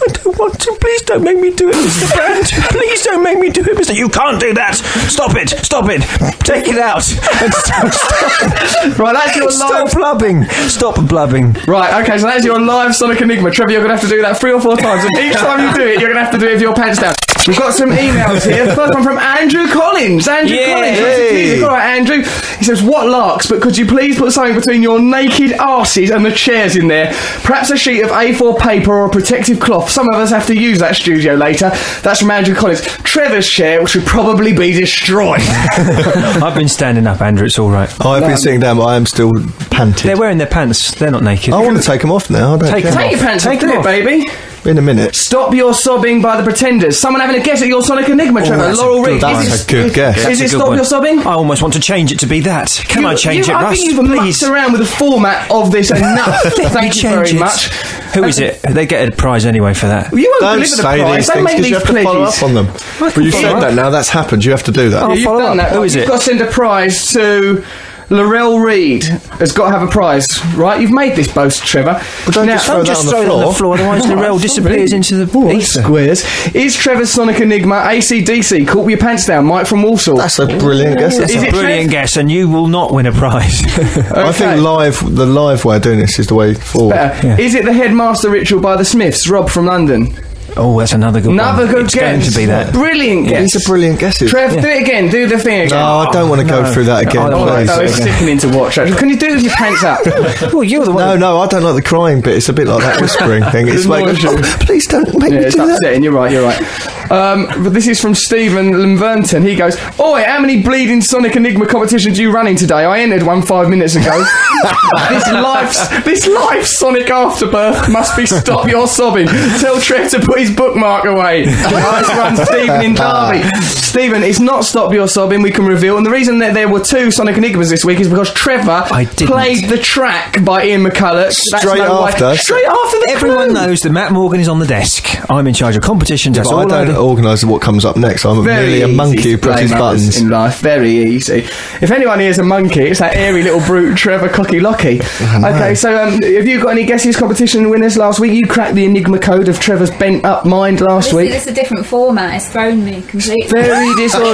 [SPEAKER 5] I don't want to. Please don't make me do it, Mr. Brand. Please don't make me do it, Mr. You can't do that. Stop it. Stop it. Take it out. And stop, stop.
[SPEAKER 2] Right, that's your
[SPEAKER 5] Stop
[SPEAKER 2] live.
[SPEAKER 5] blubbing. Stop blubbing.
[SPEAKER 2] Right, okay, so that's your live Sonic Enigma. Trevor, you're going to have to do that three or four times, and each time you do it, you're going to have to do it with your pants down. We've got some emails here. First one from Andrew Collins. Andrew
[SPEAKER 5] Yay.
[SPEAKER 2] Collins. loves his music. All right, Andrew. He says, What larks, but could you please put something between your naked arses and the chairs in there? Perhaps a sheet of A4 paper or a protective cloth. Some of us have to use that studio later. That's from Andrew Collins. Trevor's chair should probably be destroyed.
[SPEAKER 5] I've been standing up, Andrew. It's all right.
[SPEAKER 4] I've been sitting down, but I am still
[SPEAKER 5] They're
[SPEAKER 4] panted.
[SPEAKER 5] wearing their pants. They're not naked.
[SPEAKER 4] I want to take them off now. I don't
[SPEAKER 5] Take
[SPEAKER 4] care.
[SPEAKER 5] them
[SPEAKER 2] Take your pants off,
[SPEAKER 5] Take them
[SPEAKER 2] do it,
[SPEAKER 5] off.
[SPEAKER 2] baby.
[SPEAKER 4] In a minute.
[SPEAKER 2] Stop Your Sobbing by the Pretenders. Someone having a guess at your Sonic Enigma, Trevor.
[SPEAKER 5] Oh, that's a
[SPEAKER 2] Laurel
[SPEAKER 5] good
[SPEAKER 2] Reed.
[SPEAKER 5] one.
[SPEAKER 2] Is
[SPEAKER 4] That's
[SPEAKER 2] it,
[SPEAKER 4] a good guess.
[SPEAKER 2] Is
[SPEAKER 5] That's a
[SPEAKER 2] it
[SPEAKER 5] good
[SPEAKER 2] Stop
[SPEAKER 5] one.
[SPEAKER 2] Your Sobbing?
[SPEAKER 5] I almost want to change it to be that. Can I
[SPEAKER 2] You-
[SPEAKER 5] change
[SPEAKER 2] you-
[SPEAKER 5] it,
[SPEAKER 2] I
[SPEAKER 5] Russ?
[SPEAKER 2] think you've
[SPEAKER 5] please.
[SPEAKER 2] mucked around with the format of this enough.
[SPEAKER 5] Let me
[SPEAKER 2] Thank you
[SPEAKER 5] change
[SPEAKER 2] very
[SPEAKER 5] it.
[SPEAKER 2] much.
[SPEAKER 5] Who is it? They get a prize anyway for that.
[SPEAKER 2] You won't
[SPEAKER 4] Don't
[SPEAKER 2] deliver the
[SPEAKER 4] say
[SPEAKER 2] prize.
[SPEAKER 4] these
[SPEAKER 2] Don't make
[SPEAKER 4] things because
[SPEAKER 2] these
[SPEAKER 4] you have to
[SPEAKER 2] pledges.
[SPEAKER 4] follow up on them. Well,
[SPEAKER 5] follow
[SPEAKER 4] you said
[SPEAKER 5] up.
[SPEAKER 4] that now. That's happened. You have to do that.
[SPEAKER 5] Oh,
[SPEAKER 2] You've
[SPEAKER 5] follow
[SPEAKER 2] done
[SPEAKER 5] up.
[SPEAKER 2] that.
[SPEAKER 5] Who is
[SPEAKER 2] You've
[SPEAKER 5] it?
[SPEAKER 2] got to send a prize to. Laurel Reed has got to have a prize, right? You've made this boast, Trevor. But
[SPEAKER 4] don't just throw
[SPEAKER 5] Don't just throw it on the floor, otherwise Narelle disappears into the
[SPEAKER 2] What
[SPEAKER 5] ether.
[SPEAKER 2] squares? Is Trevor's Sonic Enigma ACDC? Caught your pants down, Mike from Walsall.
[SPEAKER 4] That's a brilliant guess.
[SPEAKER 5] That's
[SPEAKER 2] Is
[SPEAKER 5] a
[SPEAKER 2] it
[SPEAKER 5] brilliant
[SPEAKER 2] Trev?
[SPEAKER 5] guess, and you will not win a prize.
[SPEAKER 4] I think live, the live way of doing this is the way forward.
[SPEAKER 2] Better.
[SPEAKER 5] Yeah.
[SPEAKER 2] Uh, Is it the headmaster ritual by the Smiths? Rob from London.
[SPEAKER 5] oh, that's another good
[SPEAKER 2] Another
[SPEAKER 5] one.
[SPEAKER 2] good
[SPEAKER 5] it's
[SPEAKER 2] guess.
[SPEAKER 5] going to be that.
[SPEAKER 2] Brilliant guess.
[SPEAKER 4] These are brilliant guesses.
[SPEAKER 2] Trev, do it again. Do the thing again.
[SPEAKER 4] no, Oh, I don't want to go through that again,
[SPEAKER 5] don't
[SPEAKER 2] Oh,
[SPEAKER 5] wanna
[SPEAKER 4] please.
[SPEAKER 5] go
[SPEAKER 2] that was
[SPEAKER 5] again.
[SPEAKER 2] sickening to watch. Actually. Can you do it with your pants up?
[SPEAKER 5] Well, you're the one.
[SPEAKER 4] No, no, I don't like the crying bit. It's a bit like that whispering thing. It's like,
[SPEAKER 2] annoys you.
[SPEAKER 4] "Oh, please don't make
[SPEAKER 2] yeah,
[SPEAKER 4] me
[SPEAKER 2] it's
[SPEAKER 4] do that.
[SPEAKER 2] upsetting. You're right. You're right. Um, but this is from Stephen Limvernton. He goes, "Oi, how many bleeding Sonic Enigma competitions you running today? I entered one five minutes ago. this life's this life's Sonic afterbirth must be stop your sobbing. Tell Trev to put his bookmark away. Nice run, Stephen in Derby. Stephen, it's not stop your sobbing. We can reveal, and the reason that there were two Sonic Enigmas this week is because Trevor
[SPEAKER 5] I didn't.
[SPEAKER 2] played the track by Ian McCulloch That's
[SPEAKER 4] Straight
[SPEAKER 2] no way-
[SPEAKER 4] after.
[SPEAKER 2] Straight after the
[SPEAKER 5] Everyone
[SPEAKER 2] clue.
[SPEAKER 5] knows that Matt Morgan is on the desk. I'm in charge of competitions.
[SPEAKER 4] But
[SPEAKER 5] That's all
[SPEAKER 4] I
[SPEAKER 5] I
[SPEAKER 4] don't
[SPEAKER 5] do.
[SPEAKER 4] organise what comes up next. I'm merely a
[SPEAKER 2] easy
[SPEAKER 4] monkey who
[SPEAKER 2] to
[SPEAKER 4] presses
[SPEAKER 2] blame others
[SPEAKER 4] buttons.
[SPEAKER 2] in life. Very easy. If anyone here's a monkey, it's that airy little brute Trevor Cocky Locky. Okay, so um, have you got any guesses competition winners last week? You cracked the enigma code of Trevor's bent up mind last
[SPEAKER 9] This,
[SPEAKER 2] week.
[SPEAKER 9] this is a different format. It's thrown me completely.
[SPEAKER 2] Very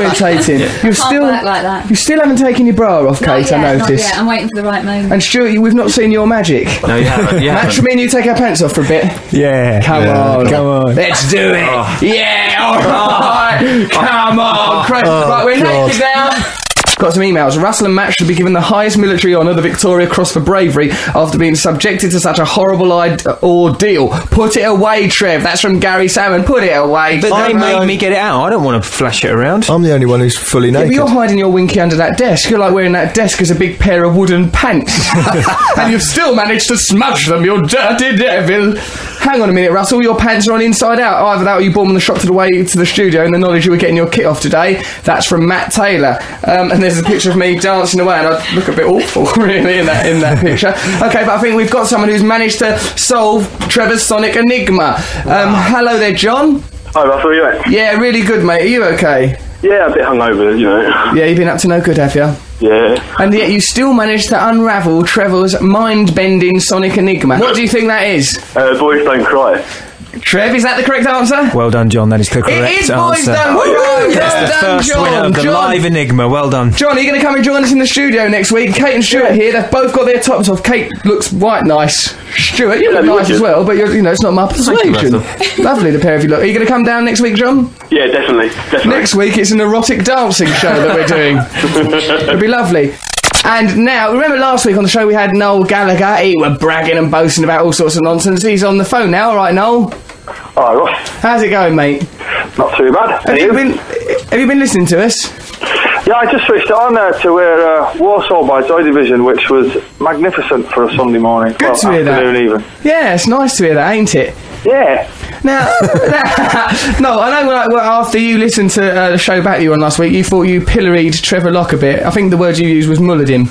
[SPEAKER 2] disorientating. You're
[SPEAKER 9] Can't
[SPEAKER 2] still
[SPEAKER 9] work like that.
[SPEAKER 2] You still haven't taken your bra off,
[SPEAKER 9] Not
[SPEAKER 2] Kate.
[SPEAKER 9] yet,
[SPEAKER 2] I
[SPEAKER 9] not
[SPEAKER 2] noticed.
[SPEAKER 9] yet. I'm waiting for the right moment.
[SPEAKER 2] And Stuart, you- we've not seen your magic.
[SPEAKER 8] No, you haven't. You
[SPEAKER 2] Match
[SPEAKER 8] haven't.
[SPEAKER 2] me and you take our pants off for a bit?
[SPEAKER 3] Yeah.
[SPEAKER 2] Come on.
[SPEAKER 3] Come on.
[SPEAKER 2] Let's do it. Yeah, alright. Come
[SPEAKER 5] Oh,
[SPEAKER 2] on, Christ. right, we're
[SPEAKER 4] God.
[SPEAKER 2] naked now. Got some emails. Russell and Matt should be given the highest military honour, the Victoria Cross for bravery, after being subjected to such a horrible I- ordeal. Put it away, Trev. That's from Gary Salmon. Put it away.
[SPEAKER 5] But
[SPEAKER 4] I
[SPEAKER 5] they made
[SPEAKER 4] know.
[SPEAKER 5] me get it out. I don't want to flash it around.
[SPEAKER 4] I'm the only one who's fully
[SPEAKER 2] Yeah, but
[SPEAKER 4] naked.
[SPEAKER 2] you're hiding your winky under that desk. You're like wearing that desk as a big pair of wooden pants. and you've still managed to smudge them, you dirty devil. Hang on a minute, Russell. Your pants are on inside out. Either that or you bought them on the shop to the way to the studio and the knowledge you were getting your kit off today. That's from Matt Taylor. Um, and there's a picture of me dancing away and I look a bit awful, really, in that, in that picture. Okay, but I think we've got someone who's managed to solve Trevor's sonic enigma. Um, Hello there, John.
[SPEAKER 7] Hi, Russell, you right?
[SPEAKER 2] Yeah, really good, mate. Are you okay?
[SPEAKER 7] Yeah, a bit hungover, you know.
[SPEAKER 2] Yeah, you've been up to no good, have you?
[SPEAKER 7] Yeah.
[SPEAKER 2] And yet you still managed to unravel Trevor's mind-bending sonic enigma. What do you think that is?
[SPEAKER 7] Uh, boys don't cry.
[SPEAKER 2] Trev, is that the correct answer?
[SPEAKER 5] Well done, John. That is the correct
[SPEAKER 2] it is boys
[SPEAKER 5] answer.
[SPEAKER 2] done right.
[SPEAKER 5] That's
[SPEAKER 2] Well
[SPEAKER 5] the
[SPEAKER 2] done,
[SPEAKER 5] first winner
[SPEAKER 2] John.
[SPEAKER 5] of the
[SPEAKER 2] John.
[SPEAKER 5] live enigma. Well done.
[SPEAKER 2] John, are you going to come and join us in the studio next week? Kate and Stuart here. They've both got their tops off. Kate looks quite nice. Stuart, you look
[SPEAKER 7] Yeah,
[SPEAKER 2] nice
[SPEAKER 7] you
[SPEAKER 2] as
[SPEAKER 7] do.
[SPEAKER 2] well, but you're, you know it's not my persuasion. Lovely, the pair of you look. Are you going to come down next week, John?
[SPEAKER 7] Yeah, definitely. Definitely.
[SPEAKER 2] Next week it's an erotic dancing show that we're doing. It'd be lovely. And now, remember last week on the show we had Noel Gallagher. He were bragging and boasting about all sorts of nonsense. He's on the phone now, all right, Noel?
[SPEAKER 7] All right,
[SPEAKER 2] How's it going, mate?
[SPEAKER 7] Ross. Not too bad.
[SPEAKER 2] Have
[SPEAKER 7] And
[SPEAKER 2] you
[SPEAKER 7] you?
[SPEAKER 2] been Have you been listening to us?
[SPEAKER 7] Yeah, I just switched it on there to hear uh, Warsaw by Joy Division, which was magnificent for a Sunday morning.
[SPEAKER 2] Good
[SPEAKER 7] well,
[SPEAKER 2] to hear that.
[SPEAKER 7] afternoon even.
[SPEAKER 2] Yeah, it's nice to hear that, ain't it?
[SPEAKER 7] Yeah.
[SPEAKER 2] Now, no, I know. Like, well, after you listened to uh, the show back you were on last week, you thought you pilloried Trevor Locke a bit. I think the word you used was mullered him.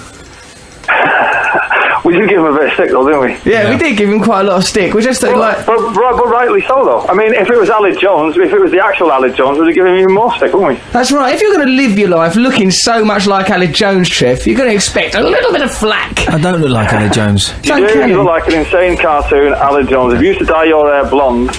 [SPEAKER 7] We did give him a bit of stick, though, didn't we?
[SPEAKER 2] Yeah, we did give him quite a lot of stick. We just uh,
[SPEAKER 7] But,
[SPEAKER 2] like
[SPEAKER 7] but, but, but rightly so, though. I mean, if it was Alec Jones, if it was the actual Alec Jones, we'd have given him even more stick, wouldn't we?
[SPEAKER 2] That's right. If you're going to live your life looking so much like Alec Jones, Triff, you're going to expect a little bit of flack.
[SPEAKER 5] I don't look like Anna Jones.
[SPEAKER 2] Don't
[SPEAKER 7] You do,
[SPEAKER 2] can
[SPEAKER 7] you
[SPEAKER 2] you?
[SPEAKER 7] look like an insane cartoon, Alec Jones. If you used to dye your hair blonde,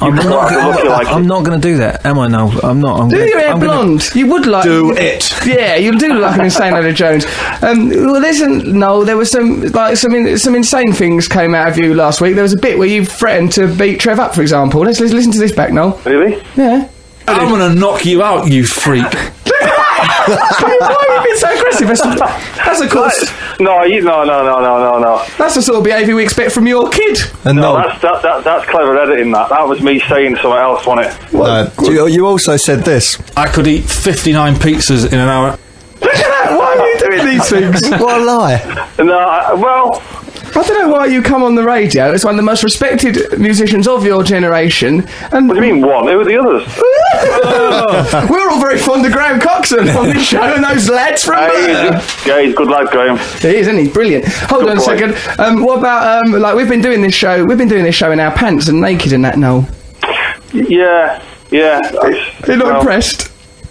[SPEAKER 5] I'm
[SPEAKER 7] look
[SPEAKER 5] not,
[SPEAKER 7] like-
[SPEAKER 5] gonna-
[SPEAKER 7] look like
[SPEAKER 5] I'm
[SPEAKER 7] it.
[SPEAKER 5] not going to do that, am I? No, I'm not. I'm
[SPEAKER 2] Do
[SPEAKER 5] gonna,
[SPEAKER 2] your hair
[SPEAKER 5] I'm gonna-
[SPEAKER 2] blonde. You would like.
[SPEAKER 4] Do it.
[SPEAKER 2] Yeah, you do look like an insane Alec Jones. Um, well, listen, no, there was some like some in, some insane things came out of you last week. There was a bit where you threatened to beat Trev up, for example. Let's, let's listen to this back, Noel.
[SPEAKER 7] really?
[SPEAKER 2] Yeah.
[SPEAKER 6] I'm gonna knock you out, you freak.
[SPEAKER 2] Why have you been so aggressive? That's, that's of course.
[SPEAKER 7] No, you, no, no, no, no, no, no.
[SPEAKER 2] That's the sort of behaviour we expect from your kid.
[SPEAKER 4] and
[SPEAKER 2] Oh.
[SPEAKER 7] No,
[SPEAKER 4] no,
[SPEAKER 7] that's, that, that, that's clever editing, that. That was me saying something else, wasn't it?
[SPEAKER 4] no. You, you also said this.
[SPEAKER 6] I could eat 59 pizzas in an hour.
[SPEAKER 2] Why are you doing these things?
[SPEAKER 4] What a lie!
[SPEAKER 7] No, I, well,
[SPEAKER 2] I don't know why you come on the radio. It's one of the most respected musicians of your generation, and
[SPEAKER 7] what do you mean one? Who were the others?
[SPEAKER 2] we're all very fond of Graham Coxon on this show and those lads from.
[SPEAKER 7] Hey,
[SPEAKER 2] Burr.
[SPEAKER 7] he's- yeah, he's a good lad, Graham.
[SPEAKER 2] He is, isn't he? Brilliant. Hold
[SPEAKER 7] Good
[SPEAKER 2] on a
[SPEAKER 7] boy.
[SPEAKER 2] second. Um, what about um, like we've been doing this show? We've been doing this show in our pants and naked and that. Noel,
[SPEAKER 7] Yeah, yeah. that's-
[SPEAKER 2] you're not
[SPEAKER 7] well,
[SPEAKER 2] impressed.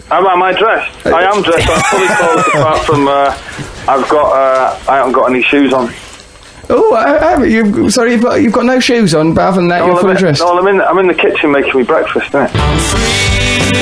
[SPEAKER 7] Am, am I dressed? I am dressed. I'm fully clothed apart from uh, I've got uh, I haven't got any shoes on.
[SPEAKER 2] Oh, I, I haven't. You've, sorry, you've got, you've got no shoes on, but other than that, you're
[SPEAKER 7] Well,
[SPEAKER 2] fully
[SPEAKER 7] I'm, in,
[SPEAKER 2] dressed.
[SPEAKER 7] no, I'm in I'm in the kitchen making me breakfast. Isn't it?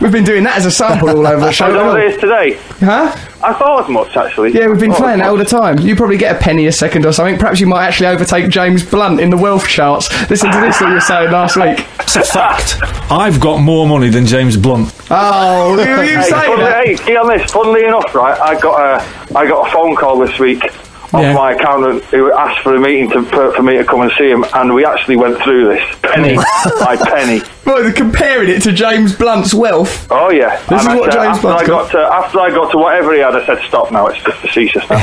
[SPEAKER 2] We've been doing that as a sample all over the show.
[SPEAKER 7] I know what it
[SPEAKER 2] haven't
[SPEAKER 7] is today.
[SPEAKER 2] we? Huh?
[SPEAKER 7] I thought as much actually. Oh,
[SPEAKER 2] Yeah, we've been
[SPEAKER 7] I thought
[SPEAKER 2] playing
[SPEAKER 7] as
[SPEAKER 2] that all
[SPEAKER 7] much.
[SPEAKER 2] the time. You probably get a penny a second or something. Perhaps you might actually overtake James Blunt in the wealth charts. Listen to this that you were saying last week.
[SPEAKER 6] It's a fact. I've got more money than James Blunt.
[SPEAKER 2] Oh, you, you
[SPEAKER 7] Hey,
[SPEAKER 2] say
[SPEAKER 7] funnily,
[SPEAKER 2] that?
[SPEAKER 7] hey, key on this. Funnily enough, right, I got a I got a phone call this week of
[SPEAKER 6] Yeah.
[SPEAKER 7] my accountant who asked for a meeting to for, for me to come and see him, and we actually went through this penny by penny.
[SPEAKER 2] Well, they're comparing it to James Blunt's wealth.
[SPEAKER 7] Oh yeah.
[SPEAKER 2] This
[SPEAKER 7] and
[SPEAKER 2] is
[SPEAKER 7] I
[SPEAKER 2] what
[SPEAKER 7] said,
[SPEAKER 2] James
[SPEAKER 7] after
[SPEAKER 2] Bond's
[SPEAKER 7] I got to after I got to whatever he had, I said stop now. It's just facetious now.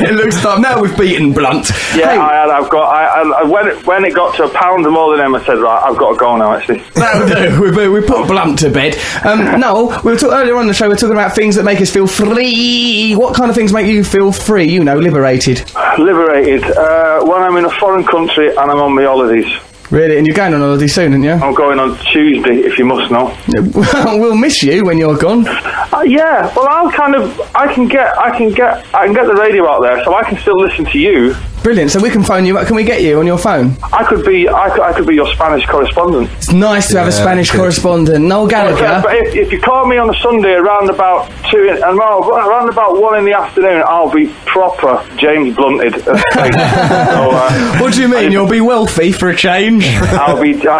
[SPEAKER 2] it looks like now we've beaten Blunt.
[SPEAKER 7] yeah,
[SPEAKER 2] Hey,
[SPEAKER 7] I had, I've got. I, I, I- when it, when it got to a pound more than him, I said right, I've got to go now. Actually,
[SPEAKER 2] that'll do. We, we put Blunt to bed. Um, Noel, we were talk- earlier on in the show, we were talking about things that make us feel free. What kind of things make you feel free? You know, liberated.
[SPEAKER 7] liberated. Uh, when I'm in a foreign country and I'm on my holidays,
[SPEAKER 2] Really? And you're going on holiday soon, aren't you?
[SPEAKER 7] I'm going on Tuesday. If you must know.
[SPEAKER 2] we'll miss you when you're gone.
[SPEAKER 7] Uh, yeah. Well, I'll kind of. I can get. I can get. I can get the radio out there, so I can still listen to you.
[SPEAKER 2] Brilliant. So we can phone you up. Can we get you on your phone?
[SPEAKER 7] I could be, I could, I could be your Spanish correspondent.
[SPEAKER 2] It's nice to have a
[SPEAKER 4] Yeah,
[SPEAKER 2] Spanish
[SPEAKER 4] good.
[SPEAKER 2] correspondent. Noel
[SPEAKER 7] But
[SPEAKER 2] Gallagher.
[SPEAKER 7] if, if you call me on a Sunday around about two, in- and well, around about one in the afternoon, I'll be proper James Blunted. so, uh,
[SPEAKER 2] What do you mean? You'll be wealthy for a change.
[SPEAKER 7] I'll be. uh,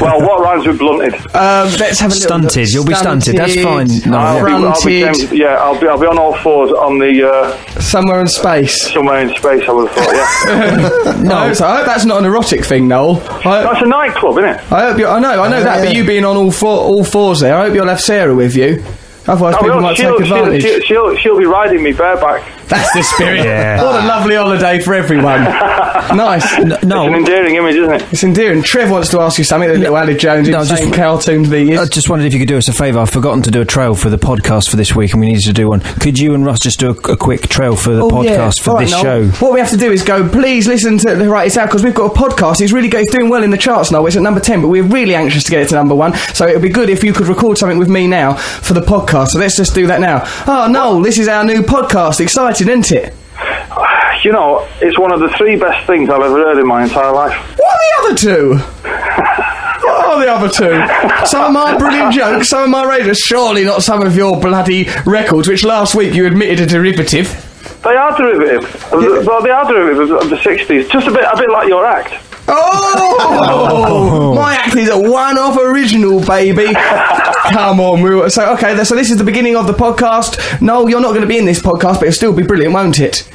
[SPEAKER 7] well, what rhymes with blunted?
[SPEAKER 2] Um, let's have a little look.
[SPEAKER 5] Stunted. You'll be stunted. That's fine. No,
[SPEAKER 7] I'll be, I'll be James,
[SPEAKER 2] Fronted.
[SPEAKER 7] yeah, I'll be, I'll be on all fours on the uh,
[SPEAKER 2] Somewhere in space.
[SPEAKER 7] somewhere in space. I would have thought. Yeah,
[SPEAKER 2] No, I hope, I hope that's not an erotic thing, Noel. I hope,
[SPEAKER 7] that's a nightclub, isn't it?
[SPEAKER 2] I hope you're. I know, I know that. But you being on all four, all fours there. I hope you'll have Sarah with you. Otherwise,
[SPEAKER 7] I
[SPEAKER 2] people
[SPEAKER 7] will.
[SPEAKER 2] might
[SPEAKER 7] Oh, she'll,
[SPEAKER 2] take
[SPEAKER 7] she'll,
[SPEAKER 2] advantage.
[SPEAKER 7] she'll, she'll, she'll be riding me bareback.
[SPEAKER 2] That's the spirit. What a lovely holiday for everyone. nice.
[SPEAKER 7] It's an
[SPEAKER 5] No,
[SPEAKER 7] endearing image, isn't it?
[SPEAKER 2] It's endearing. Trev wants to ask you something. The little Ali Jones in
[SPEAKER 5] No,
[SPEAKER 2] the
[SPEAKER 5] just-
[SPEAKER 2] same cartoon thing
[SPEAKER 5] I
[SPEAKER 2] is.
[SPEAKER 5] just wondered if you could do us a favour. I've forgotten to do a trail for the podcast for this week, and we needed to do one. Could you and Russ just do a, a quick trail for the
[SPEAKER 2] Oh,
[SPEAKER 5] podcast
[SPEAKER 2] yeah.
[SPEAKER 5] for
[SPEAKER 2] All right,
[SPEAKER 5] this
[SPEAKER 2] Noel.
[SPEAKER 5] show?
[SPEAKER 2] What we have to do is go, please listen to the Right It's Out because we've got a podcast. It's really go, it's doing well in the charts now. It's at number 10, but we're really anxious to get it to number one. So it would be good if you could record something with me now for the podcast. So let's just do that now. Oh, Noel, this is our new podcast. Exciting, isn't it?
[SPEAKER 7] You know, it's one of the three best things I've ever heard in my entire life.
[SPEAKER 2] What are the other two? What are the other two? Some are my brilliant jokes, some of my radio. Surely not some of your bloody records, which last week you admitted a derivative.
[SPEAKER 7] They are derivative. Well, they are derivative of the '60s. Just a bit, a bit like your act.
[SPEAKER 2] Oh! my act is a one off original, baby. Come on, we were. So, okay, so this is the beginning of the podcast. No, you're not going to be in this podcast, but it'll still be brilliant, won't it?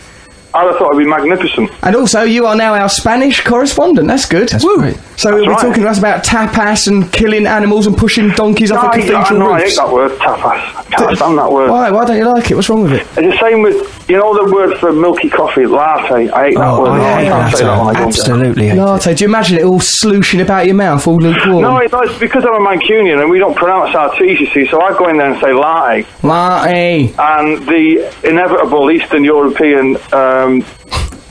[SPEAKER 7] I would have thought it'd be magnificent.
[SPEAKER 2] And also, you are now our Spanish correspondent. That's good. Woo. So, you'll be
[SPEAKER 7] right.
[SPEAKER 2] talking to us about tapas and killing animals and pushing donkeys off
[SPEAKER 7] No,
[SPEAKER 2] a
[SPEAKER 7] I, I,
[SPEAKER 2] cathedral
[SPEAKER 7] no, I hate
[SPEAKER 2] roofs.
[SPEAKER 7] that word, tapas. I can't stand that word.
[SPEAKER 2] Why? Why don't you like it? What's wrong with it?
[SPEAKER 7] It's the same with, you know, the word for milky coffee, latte. I hate that
[SPEAKER 5] Oh,
[SPEAKER 7] word. No,
[SPEAKER 5] I hate
[SPEAKER 7] can't
[SPEAKER 5] that.
[SPEAKER 7] say that one, I don't.
[SPEAKER 5] Absolutely.
[SPEAKER 2] Latte. Do you imagine it all slushing about your mouth, all lukewarm?
[SPEAKER 7] No, it- no, it's because I'm a Mancunian and we don't pronounce our T's, you see, so I go in there and say latte.
[SPEAKER 2] Latte.
[SPEAKER 7] And the inevitable Eastern European um,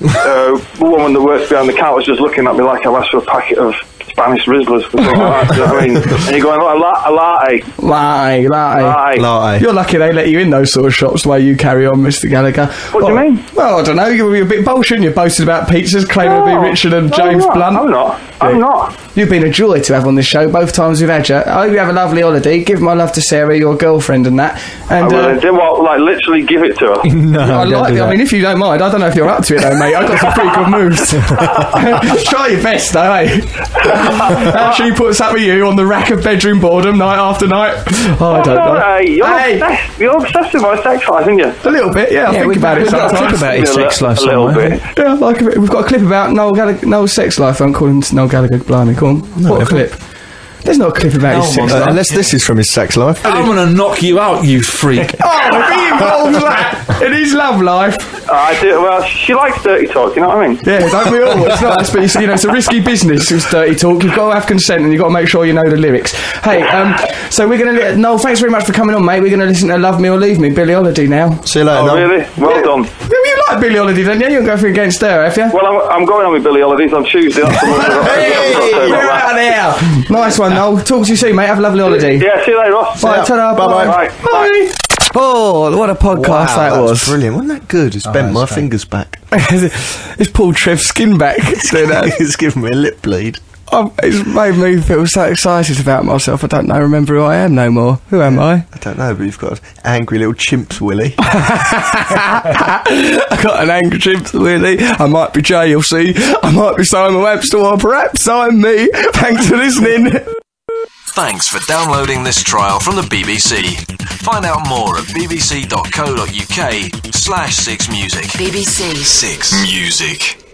[SPEAKER 7] uh, woman that works behind the counter was just looking at me like I've asked for a packet of Spanish Rizzlers. or something like that, do you know what I mean? And you're going, "Oh, a, la- a latte,
[SPEAKER 2] Latte. Latte.
[SPEAKER 7] latte.
[SPEAKER 4] Lie.
[SPEAKER 2] You're lucky they let you in those sort of shops the way you carry on, Mr. Gallagher. Oh,
[SPEAKER 7] What do you mean?
[SPEAKER 2] Well, I don't know. You're, a bit bold, shouldn't you? Boasting about pizzas, claiming to
[SPEAKER 7] No,
[SPEAKER 2] be richer than
[SPEAKER 7] no,
[SPEAKER 2] James
[SPEAKER 7] I'm not.
[SPEAKER 2] Blunt.
[SPEAKER 7] I'm not. I'm
[SPEAKER 2] Yeah.
[SPEAKER 7] not.
[SPEAKER 2] You've been a joy to have on this show both times we've had you. I hope you have a lovely holiday. Give my love to Sarah, your girlfriend, and that. And
[SPEAKER 7] I
[SPEAKER 2] uh,
[SPEAKER 7] really did what, like, literally give it to her.
[SPEAKER 5] No,
[SPEAKER 2] I
[SPEAKER 5] don't
[SPEAKER 2] like
[SPEAKER 5] do
[SPEAKER 2] it.
[SPEAKER 5] that.
[SPEAKER 2] I mean, if you don't mind, I don't know if you're up to it though, mate. I've got some pretty good moves. Try your best though, eh? and she puts up with you on the rack of bedroom boredom night after night. Oh, I
[SPEAKER 7] Oh,
[SPEAKER 2] don't
[SPEAKER 7] no,
[SPEAKER 2] know.
[SPEAKER 7] hey, you're,
[SPEAKER 2] Hey,
[SPEAKER 7] Obsessed, you're obsessed with my sex life, aren't you?
[SPEAKER 2] a little bit, yeah. I
[SPEAKER 5] Yeah,
[SPEAKER 2] think
[SPEAKER 5] we-
[SPEAKER 2] about it
[SPEAKER 5] we've got to
[SPEAKER 2] sometimes.
[SPEAKER 5] talk about his
[SPEAKER 7] A little-
[SPEAKER 5] sex life
[SPEAKER 7] a little
[SPEAKER 5] somewhere.
[SPEAKER 7] bit.
[SPEAKER 2] Yeah, I like a bit. We've got a clip about Noel Gallagher, Noel's sex life. I'm calling Noel Gallagher blimey. Come on, what a clip? There's not a clip about his sex
[SPEAKER 4] Uh,
[SPEAKER 2] life.
[SPEAKER 4] unless this is from his sex life.
[SPEAKER 6] I'm gonna knock you out, you freak.
[SPEAKER 2] Oh, if he involves that in his love life,
[SPEAKER 7] I do. Well, she likes dirty talk. You know what I mean?
[SPEAKER 2] yeah, don't we all? It's not, but it's, you know, it's a risky business. It's dirty talk. You've got to have consent, and you've got to make sure you know the lyrics. Hey, um, so we're gonna. Li- Noel, thanks very much for coming on, mate. We're gonna listen to "Love Me or Leave Me" Billie Holiday now.
[SPEAKER 4] See you later.
[SPEAKER 7] Oh,
[SPEAKER 4] Noel.
[SPEAKER 7] really? Well done.
[SPEAKER 2] Yeah, well, You like Billie Holiday, don't you? You're going against her, have you?
[SPEAKER 7] Well, I'm, I'm going on with Billy Holidays on Tuesday. That's the one I've got to- I've got to say
[SPEAKER 2] Hey,
[SPEAKER 7] about
[SPEAKER 2] you're
[SPEAKER 7] that.
[SPEAKER 2] out there. Nice one, Noel. Talk to you soon, mate. Have a lovely holiday.
[SPEAKER 7] Yeah, see you later, Ross.
[SPEAKER 2] Bye, ta-ra, bye.
[SPEAKER 7] Bye. Bye.
[SPEAKER 2] Bye. Oh, what a
[SPEAKER 4] Wow,
[SPEAKER 2] podcast
[SPEAKER 4] that
[SPEAKER 2] that
[SPEAKER 4] was Oh,
[SPEAKER 2] was.
[SPEAKER 4] brilliant. Wasn't that good? It's bent my fingers back.
[SPEAKER 2] it's pulled Trev's skin back. doing that.
[SPEAKER 4] it's giving me a lip bleed.
[SPEAKER 2] Um, it's made me feel so excited about myself. I don't know, remember who I am no more. Who am I?
[SPEAKER 4] I don't know, but you've got an angry little chimps, Willie.
[SPEAKER 2] I got an angry chimp, really. I might be JLC. I might be Simon Webster, or perhaps I'm me. Thanks for listening.
[SPEAKER 8] Thanks for downloading this trial from the BBC. Find out more at bbc.co.uk slash 6music.
[SPEAKER 1] BBC.
[SPEAKER 8] 6 Music.